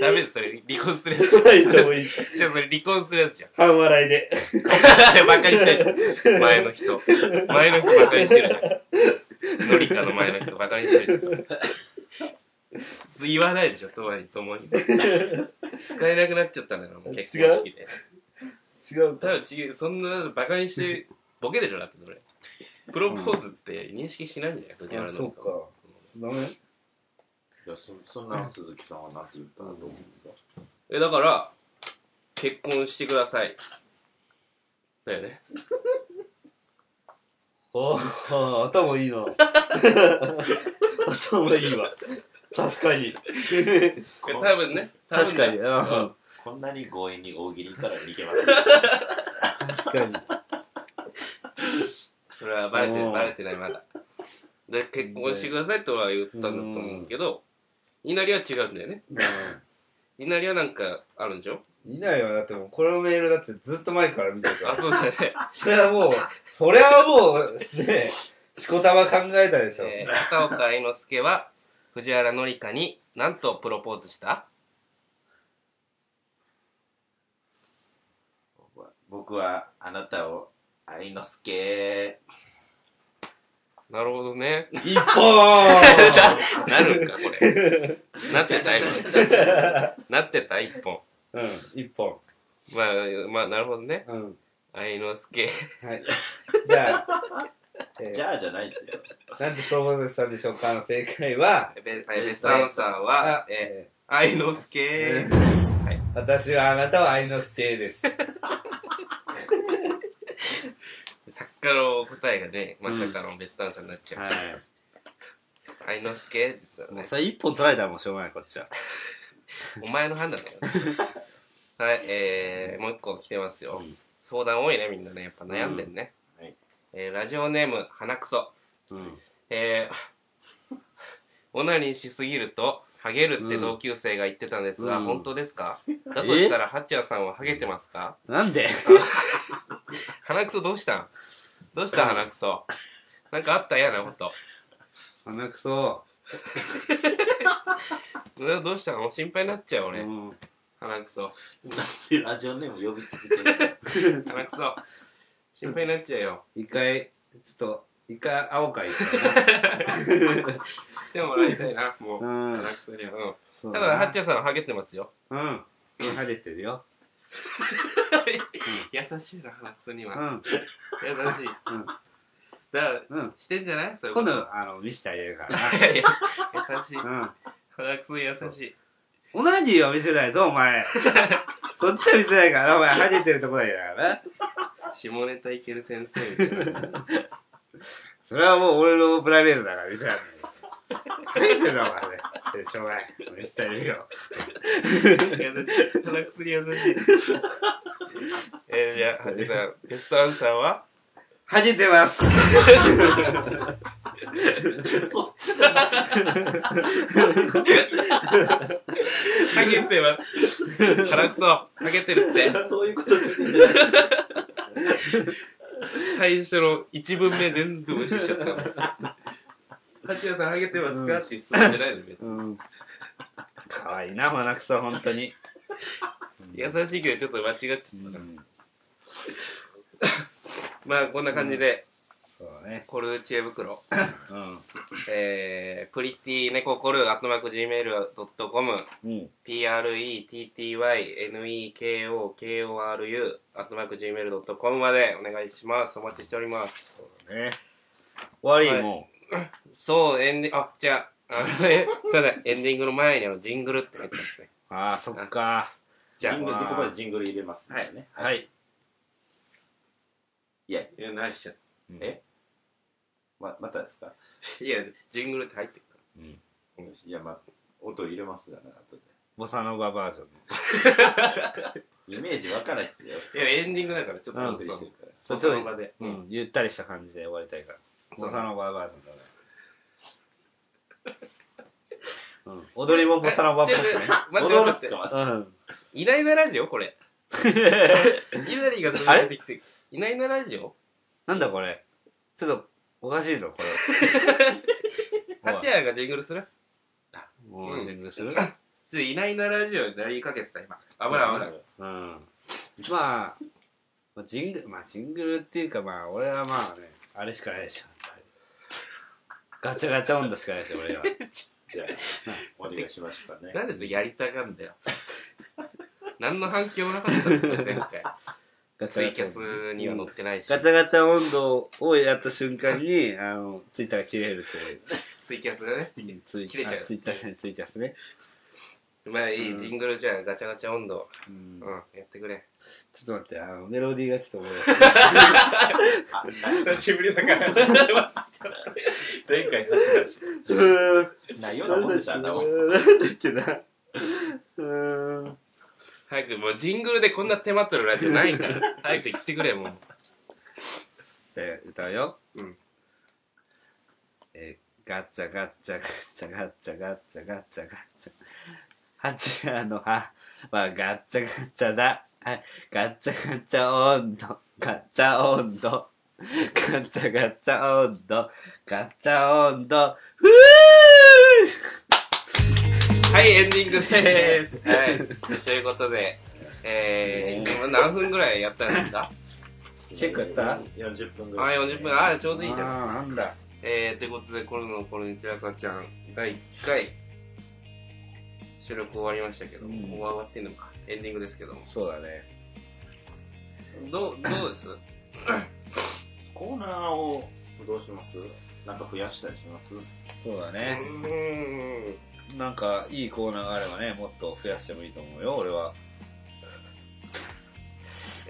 Speaker 1: ダメです、それ。離婚するやつ。
Speaker 2: とわに共に、
Speaker 1: じゃあそれ離婚するやつじゃん。
Speaker 2: 半笑いで。
Speaker 1: バカにしてるじゃん。前の人。前の人バカにしてるじゃん。ノリカの前の人バカにしてるじゃんそれ。言わないでしょ、とわに共に。使えなくなっちゃったんだから、もう結婚式で。
Speaker 2: 違う
Speaker 1: 多分違う、そんなバカにしてる、ボケでしょ、だってそれ。プロポーズって認識しないんじゃない藤
Speaker 2: あ、
Speaker 1: 原
Speaker 2: そ
Speaker 1: の
Speaker 2: うか。ダメ
Speaker 4: いやそそんな鈴木さんはなんて言ったらと思うんですか
Speaker 1: え、だから、結婚してください。だよね。
Speaker 2: おー、頭いいな。 頭いいわ。確かに。
Speaker 1: え多分ね。多分ね
Speaker 2: 確かに。
Speaker 1: うん
Speaker 2: うん
Speaker 4: こんなに強引に大喜利から逃げます
Speaker 2: 確かに。
Speaker 1: それはバレて
Speaker 2: う
Speaker 1: る
Speaker 2: ん
Speaker 1: バレてないまだで結婚してくださいとは言ったんだと思うけど稲荷は違うんだよね稲荷はなんかあるんでしょ
Speaker 2: いないよ。だってもう、このメールだってずっと前から見てるか
Speaker 1: あ
Speaker 2: ら。
Speaker 1: そうだね、
Speaker 2: それはもう、それはもう、ね、しこたま考えたでしょ。
Speaker 1: えー、片岡愛之助は藤原紀香になんとプロポーズした
Speaker 4: 僕はあなたを愛之助
Speaker 1: なるほどね
Speaker 2: 一本
Speaker 1: なるんかこれ なってた今 なってた一本
Speaker 2: うん、一本。
Speaker 1: まあまあなるほどね
Speaker 2: うん。
Speaker 1: 愛之助
Speaker 2: はい。じゃあ、え
Speaker 4: じゃあじゃないですよ
Speaker 2: ー、なんでプロポーズしたんでしょうかの正解は、
Speaker 1: ベベストアンサーは
Speaker 2: あ、
Speaker 1: え
Speaker 2: え
Speaker 1: ー、愛之助
Speaker 2: え ー私はあなたを愛之助です。
Speaker 1: 作家の答えがね、まさかのベストアンサーになっちゃう。愛之助ですよね。
Speaker 2: それ一本取られたらもうしょうがない、こっちは。
Speaker 1: お前の判断だよ。はい、えー、もう一個来てますよ。相談多いね、みんなね。やっぱ悩んでんね。
Speaker 4: うんはい
Speaker 1: えー、ラジオネーム、花くそ。
Speaker 2: うん。
Speaker 1: えーオナニーしすぎると、ハゲるって同級生が言ってたんですが、
Speaker 2: うん
Speaker 1: 本当ですかだとしたら、ハッチャーさんはハゲてますか
Speaker 2: なんで
Speaker 1: 花くそどうしたんどうした花くそ。なんかあった嫌なこと。
Speaker 2: 鼻くそ。
Speaker 1: うんどうしたの心配になっちゃう、
Speaker 2: う
Speaker 1: 俺。
Speaker 2: ん。
Speaker 1: 鼻くそ。
Speaker 4: ラジオネーム呼び続ける
Speaker 1: 鼻くそ。心配になっちゃうよ。
Speaker 2: 一回、ちょっと、一回会おうか、一
Speaker 1: 来てもらいたいな、もう。
Speaker 2: 回。 う
Speaker 1: 鼻。くそにはう
Speaker 2: そ
Speaker 1: ん。
Speaker 2: う
Speaker 1: た
Speaker 2: だ
Speaker 1: だ、
Speaker 2: な
Speaker 1: ハッチャーさんはハゲてますよ。
Speaker 2: うん。うん、晴れてるよ。
Speaker 1: 優しいな、鼻くそに
Speaker 2: う
Speaker 1: は。
Speaker 2: ん。
Speaker 1: 優しい。だから、
Speaker 2: うん。
Speaker 1: してんじゃないそういうこ
Speaker 2: 今
Speaker 1: と。
Speaker 2: 度、あの、見せてあげるか
Speaker 1: いやいや優しい
Speaker 2: ら。な。
Speaker 1: 鼻くそ優しい。
Speaker 2: うん。オナニーは見せないぞ、お 前。そっちは見せないからな、お前、晴れてるとこだけだからな。
Speaker 1: 下ネタいける先生み たいな。
Speaker 2: それはもう俺のプライベートだから見せない。晴れてるな、お前ね。しょうがない。見せてあげるよ。
Speaker 1: 優しい鼻くそに優しい。えー、じゃあ、ハッチャーさん、ベストアンサーは
Speaker 2: 晴れてます。
Speaker 4: そっちだな
Speaker 1: ハゲてます。鼻くそ、ハゲてるって。
Speaker 4: そういうこと聞いてんじゃない
Speaker 1: 最初の一文目全部無視しちゃったもん。ハチヤさんハゲてますか、って質問じゃないの別に。
Speaker 2: うん。かわいいな、鼻くそ、本当に。
Speaker 1: 優しいけどちょっと間違っちゃったな。まあこんな感じで、
Speaker 2: そうだね。
Speaker 1: コル知恵袋、
Speaker 2: うん。
Speaker 1: えー、プリティネココル、アットマーク Gmail.com、
Speaker 2: うん。
Speaker 1: pretty,nekokor,u、アットマーク Gmail.com までお願いします。お待ちしております。
Speaker 2: そうだね。終わ
Speaker 1: は
Speaker 2: り、
Speaker 1: い
Speaker 2: も
Speaker 1: そう、エンディング、あ、じゃあ、あの えすいません、エンディングの前にあの、ジングルって入ってますね。
Speaker 2: う。ああ、そっか。
Speaker 1: じゃあ
Speaker 4: ジングルここでジングル入れます
Speaker 1: はい
Speaker 4: ね
Speaker 2: はい。
Speaker 4: いや
Speaker 1: いや、何しちゃっ
Speaker 4: えままたですか
Speaker 1: た。いや、ジングルって入ってるから。
Speaker 2: うん。
Speaker 4: いやまあ音入れますがな後で
Speaker 2: ボサノババージョン。
Speaker 4: イメージわからないっすよ
Speaker 1: いや、エンディングだから、ちょっ
Speaker 2: な
Speaker 1: と
Speaker 2: ん
Speaker 4: びっくりしてるから
Speaker 1: そう、その場で。
Speaker 2: うん、ゆったりした感じで終わりたいから。ボサノババージョンだね。 うん、踊りもボサノバっぽくね。
Speaker 1: 待って
Speaker 4: 戻る
Speaker 1: 待
Speaker 4: っ
Speaker 1: って
Speaker 4: すかまた
Speaker 2: うん。
Speaker 1: て。いないなラジオこれ。いなりが連れてきて。いないなラジオ
Speaker 2: なんだこ れ。ちょっと、おかしいぞ、これ。
Speaker 1: 八谷がジングルする
Speaker 5: モーニングする
Speaker 1: ちょっといないなラジオになりかけてた、今。危ない危
Speaker 5: う
Speaker 1: ない。
Speaker 5: んまあ、まあ、ジングル、まあ、ジングルっていうか、まあ、俺はまあね、あれしかないでしょ。ガチャガチャ音頭しかないでしょ、 俺は。
Speaker 4: じゃあ、お願いしましたね。
Speaker 1: なんでそれやりたがんだよ。何の反響もなかったんですよ、前回。
Speaker 2: ガチ
Speaker 1: ツ
Speaker 2: ャガ
Speaker 1: イ
Speaker 2: チ
Speaker 1: キャ
Speaker 2: ャ
Speaker 1: スには載ってないし。
Speaker 2: ガチャガチャ温度をやった瞬間に、あの、ツイッターが切れると
Speaker 1: ツイキャスがね。
Speaker 2: いう。ツイ
Speaker 1: 切れちゃう
Speaker 2: あツイッターじゃないツイッターですね。
Speaker 1: まあ
Speaker 2: う
Speaker 1: い
Speaker 2: ん
Speaker 1: い、ジングルじゃあガチャガチャ温度。
Speaker 2: うん
Speaker 1: うん、やってくれ。
Speaker 2: ちょっと待って、あの、メロディーがちょっと思い
Speaker 1: 久しぶりだから。前回初だし。
Speaker 2: 出せないうーん。
Speaker 4: ないようなもんでしょ、あん なもん。
Speaker 2: なんだっけな。うーん。
Speaker 1: 早く、もうジングルでこんな手間取るラジオない から。早く行ってくれ、もう。
Speaker 2: じゃあ、歌うよ。
Speaker 1: うん。
Speaker 2: えー、ガチャガチャガチャガチャガチャガチャガチャ。ハチアの歯はガチャガチャだ。はい。ガチャガチャ温度。ガチャ温度。ガチャガチャ温度。ガチャ温度。ふぅ
Speaker 1: はい、エンディングです。 はい。ということで、えー、今何分ぐらいやったんですか
Speaker 2: 結構やった
Speaker 4: 40分ぐ
Speaker 1: あ
Speaker 4: らい。
Speaker 1: ー、40分。あー、ちょうどいいじゃん。
Speaker 2: ああ、なんだ。
Speaker 1: えー、ということで、コロナの頃にちらかちゃん、第1回、収録終わりましたけども、
Speaker 2: うん
Speaker 1: もう終わってんのか、エンディングですけども。
Speaker 2: そうだね。
Speaker 1: ど う、どうです
Speaker 4: コーナーをどうしますなんか増やしたりします
Speaker 2: そうだ
Speaker 1: う
Speaker 2: ね。
Speaker 1: ーん。
Speaker 2: なんかいいコーナーがあればねもっと増やしてもいいと思うよ俺は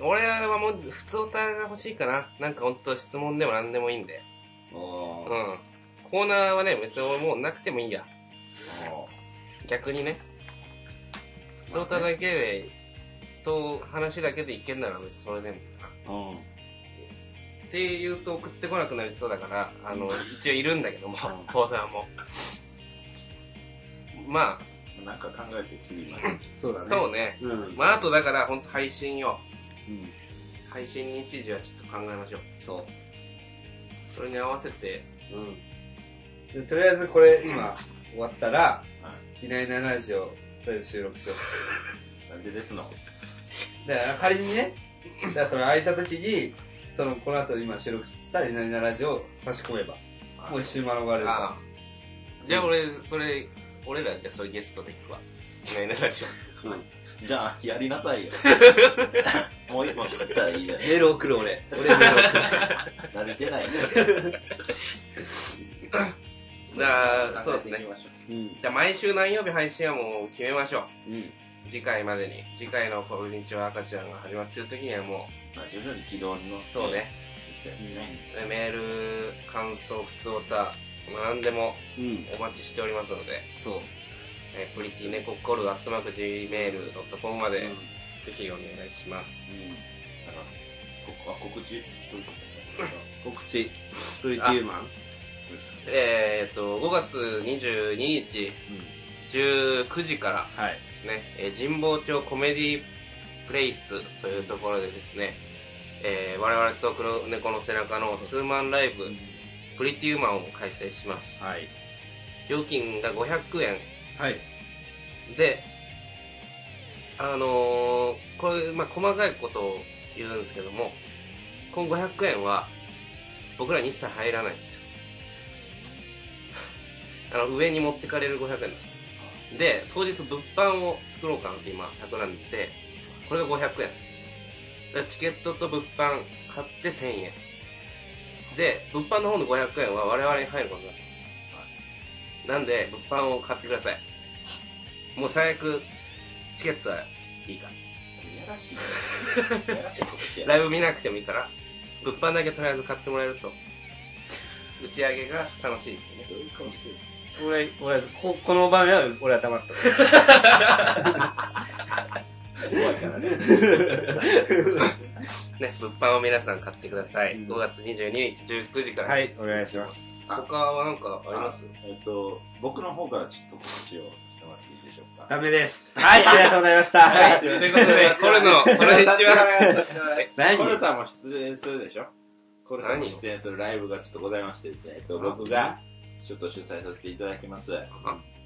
Speaker 1: 俺はもう、普通オタが欲しいかな。なんかほんと質問でも何でもいいんで。
Speaker 2: お
Speaker 1: うん
Speaker 2: ー。
Speaker 1: コーナーはね、別に俺もうなくてもいいや。逆にね。普通オタだけで、と話だけでいけんなら別にそれでもいいかな。
Speaker 2: うん
Speaker 1: っていうと送ってこなくなりそうだからあの一応いるんだけどもコーナーもま
Speaker 4: なんか考えて次 まで。
Speaker 2: そうだ
Speaker 1: あ
Speaker 2: ね
Speaker 1: そうね
Speaker 2: うん、
Speaker 1: まああとだから本当配信よ
Speaker 2: うん、
Speaker 1: 配信日時はちょっと考えましょう
Speaker 2: そう
Speaker 1: それに合わせて
Speaker 2: でとりあえずこれ今終わったら
Speaker 4: は
Speaker 2: 「いないなラジオ」とりあえず収録しよ
Speaker 4: なんでですの
Speaker 2: うだから仮に ねだからその空いた時にそのこの後今収録した「いないなラジオ」を差し込めばもう一周回るから
Speaker 1: ああじゃあ俺それ俺らじゃあそれゲストで行くわないなラジ
Speaker 4: じゃあ、やりなさ いよ。もう一本作ったらいいや。
Speaker 2: メール送る俺俺メール送る
Speaker 4: 慣れてないね。
Speaker 1: オ だからそうですね
Speaker 4: 考えていきましょ
Speaker 2: うん
Speaker 1: じゃあ毎週何曜日配信はもう決めましょう
Speaker 2: うん
Speaker 1: 次回までに次回の「こんにちは赤ちゃん」が始まってる時にはも
Speaker 4: うまあ徐々に軌道に乗っ
Speaker 1: う
Speaker 4: て
Speaker 1: そうね
Speaker 4: いきたいですね。
Speaker 1: でメール感想普通おた何でも
Speaker 2: うん
Speaker 1: お待ちしておりますので、
Speaker 2: そう
Speaker 1: えープリティネココールアットマーク Gmail.com まで、
Speaker 2: うん
Speaker 1: ぜひお願いします、
Speaker 4: だから、ここは告知しといた方がいいか
Speaker 2: 告知プリティーマン
Speaker 1: えー、っと5月22日19時から
Speaker 2: うんはい
Speaker 1: ですね、えー神保町コメディプレイスというところでですね、えー我々と黒猫の背中のツーマンライブプリティウーマンを開催します
Speaker 2: はい
Speaker 1: 料金が500円
Speaker 2: はい
Speaker 1: であのーこれ、まあ、細かいことを言うんですけどもこの500円は僕らに一切入らないんですよ あの上に持ってかれる500円なんですよで当日物販を作ろうかなって今企んでてこれが500円だからチケットと物販買って1000円で物販の方の500円は我々に入ることになりますなんで物販を買ってくださいもう最悪チケットはいいか
Speaker 4: いやらしいね。いやらしい告知
Speaker 1: ら
Speaker 4: や。
Speaker 1: ライブ見なくてもいいから物販だけとりあえず買ってもらえると打ち上げが楽しいってね
Speaker 4: どういう顔してるんですか
Speaker 2: 俺、俺、ここの場面は俺は黙った。
Speaker 4: 怖いからね。
Speaker 1: ね物販を皆さん買ってください、
Speaker 2: うん
Speaker 1: 5月22日19時から
Speaker 2: は
Speaker 1: で
Speaker 2: い
Speaker 1: す、、
Speaker 2: お願いします。
Speaker 1: 他は何かあります
Speaker 4: えっと、僕の方からちょっと告知をさせてもらっていいでしょうか。
Speaker 2: ダメです。はい、ありがとうございました。
Speaker 1: はい、ということで、コルの、こんにちは。
Speaker 2: 何
Speaker 4: コルさんも出演するでしょコルさんも
Speaker 1: 何
Speaker 4: 出演するライブがちょっとございましてですね、えっと、僕がちょっと主催させていただきます。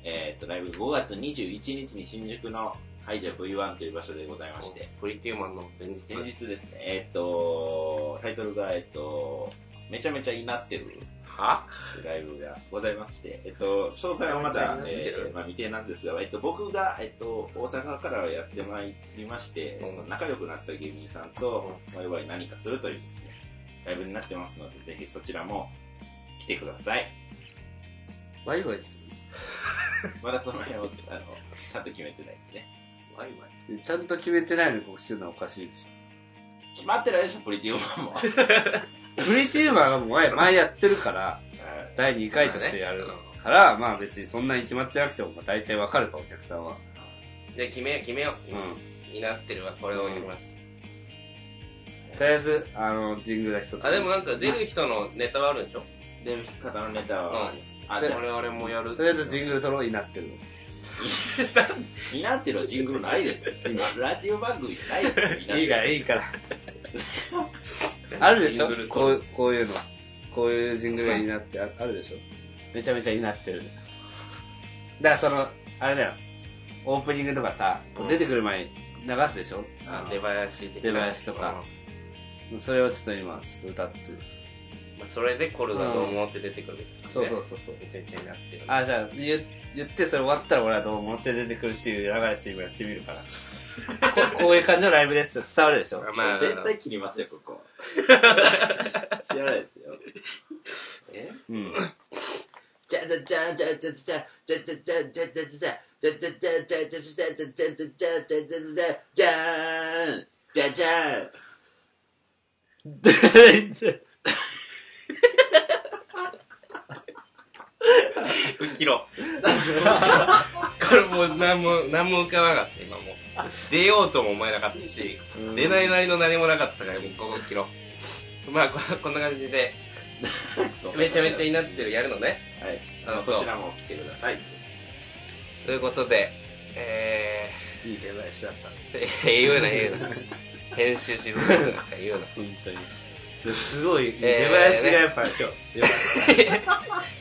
Speaker 4: えーっとライブ5月21日に新宿のハイジャ V1 という場所でございまして
Speaker 1: プリティーマンの前日
Speaker 4: 前日ですねえーっとタイトルがえーっとめちゃめちゃいなってる
Speaker 1: は
Speaker 4: ライブがございまして、えっと、詳細はまだ、
Speaker 1: 見て
Speaker 4: え
Speaker 1: る
Speaker 4: ーまあ、未定なんですが、えっと、僕が、えっと、大阪からやってまいりまして、
Speaker 1: うん
Speaker 4: えっと仲良くなった芸人さんと、ワイワイ何かするというですね、ライブになってますので、ぜひそちらも来てください。
Speaker 1: ワイワイす
Speaker 4: まだその辺を、あの、ちゃんと決めてないんでね。
Speaker 1: るワイワイ
Speaker 2: ちゃんと決めてないのに告知するのはおかしいでし
Speaker 4: 決まってないでしょ、プリティーマ ンも。
Speaker 2: ょ。フリーテーマーがもう前前やってるから、第2回としてやるから、まあ別にそんなに決まってなくても、まあ大体わかるから、お客さんは。
Speaker 1: じゃあ決めよう決めよ
Speaker 2: うん。
Speaker 1: うになってるわこれを言います、
Speaker 2: とりあえず、あの、神宮だ人と。
Speaker 1: あでもなんか出る人のネタはあるんでしょ
Speaker 4: 出る方のネタは、
Speaker 1: うん
Speaker 4: あ、
Speaker 2: で
Speaker 4: じゃ
Speaker 1: 我々もやる
Speaker 2: とりあえず神宮とロになってるの。
Speaker 4: あ、になってるはジングルな いですよ。ラジオ番組じゃないですよ、い
Speaker 2: いいから、いいから。あるでしょ
Speaker 1: ジングルと
Speaker 2: こうこういうの。こういうジングルがになってあ、あるでしょめちゃめちゃになってる。だからその、あれだよ。オープニングとかさ、
Speaker 1: うん
Speaker 2: 出てくる前に流すでしょ
Speaker 1: あ出囃子的な
Speaker 2: 出囃子とかそれをちょっと今、ちょっと歌ってる。
Speaker 1: うんまあそれでコルがどう思って出てくる、
Speaker 2: そうそうそうそう。
Speaker 1: めちゃめちゃになってる
Speaker 2: あ、じゃあ、言言って、それ終わったら俺はどう思って出てくるっていう流れして今やってみる から。ここういう感じのライブですって伝わるでしょ
Speaker 1: まあ
Speaker 4: 絶対切りますよ、ここ。知らないですよ。え
Speaker 2: うん。
Speaker 6: じゃじゃじゃじゃじゃじゃじゃじゃじゃじゃじゃじゃじゃじゃじゃじゃじゃじゃじゃじゃじゃじゃじゃじゃじゃじゃーんじゃじゃーん
Speaker 1: 吹っ切ろう これもう何も何も浮かばなかった今もう出ようとも思えなかったし出ないなりの何もなかったからもうここ切ろうまあここんな感じ でめちゃめちゃになってるやるのね
Speaker 4: はい。
Speaker 1: あ
Speaker 4: あ
Speaker 1: の
Speaker 4: の、
Speaker 1: そう
Speaker 4: そちらも来てください。
Speaker 1: ということでえ
Speaker 2: いい出囃子だった。
Speaker 1: ー、言うな言う な編集しろなんか言うな
Speaker 2: 本当に。ですごい、
Speaker 1: えー
Speaker 2: 出囃子がやっぱ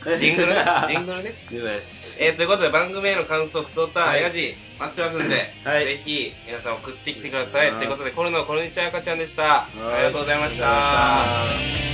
Speaker 2: 今日、
Speaker 1: ジングルねジングルね
Speaker 2: 出囃子。
Speaker 1: えー、ということで番組への感想、不相談、
Speaker 2: は
Speaker 1: はいい、やじ待ってますんで、
Speaker 2: はい
Speaker 1: ぜひ皆さん送ってきてください。
Speaker 2: お願い
Speaker 1: とい
Speaker 2: します
Speaker 1: うことで、コロナこんにちは赤ちゃんでした。ありがとうございました。
Speaker 2: ありがとうございました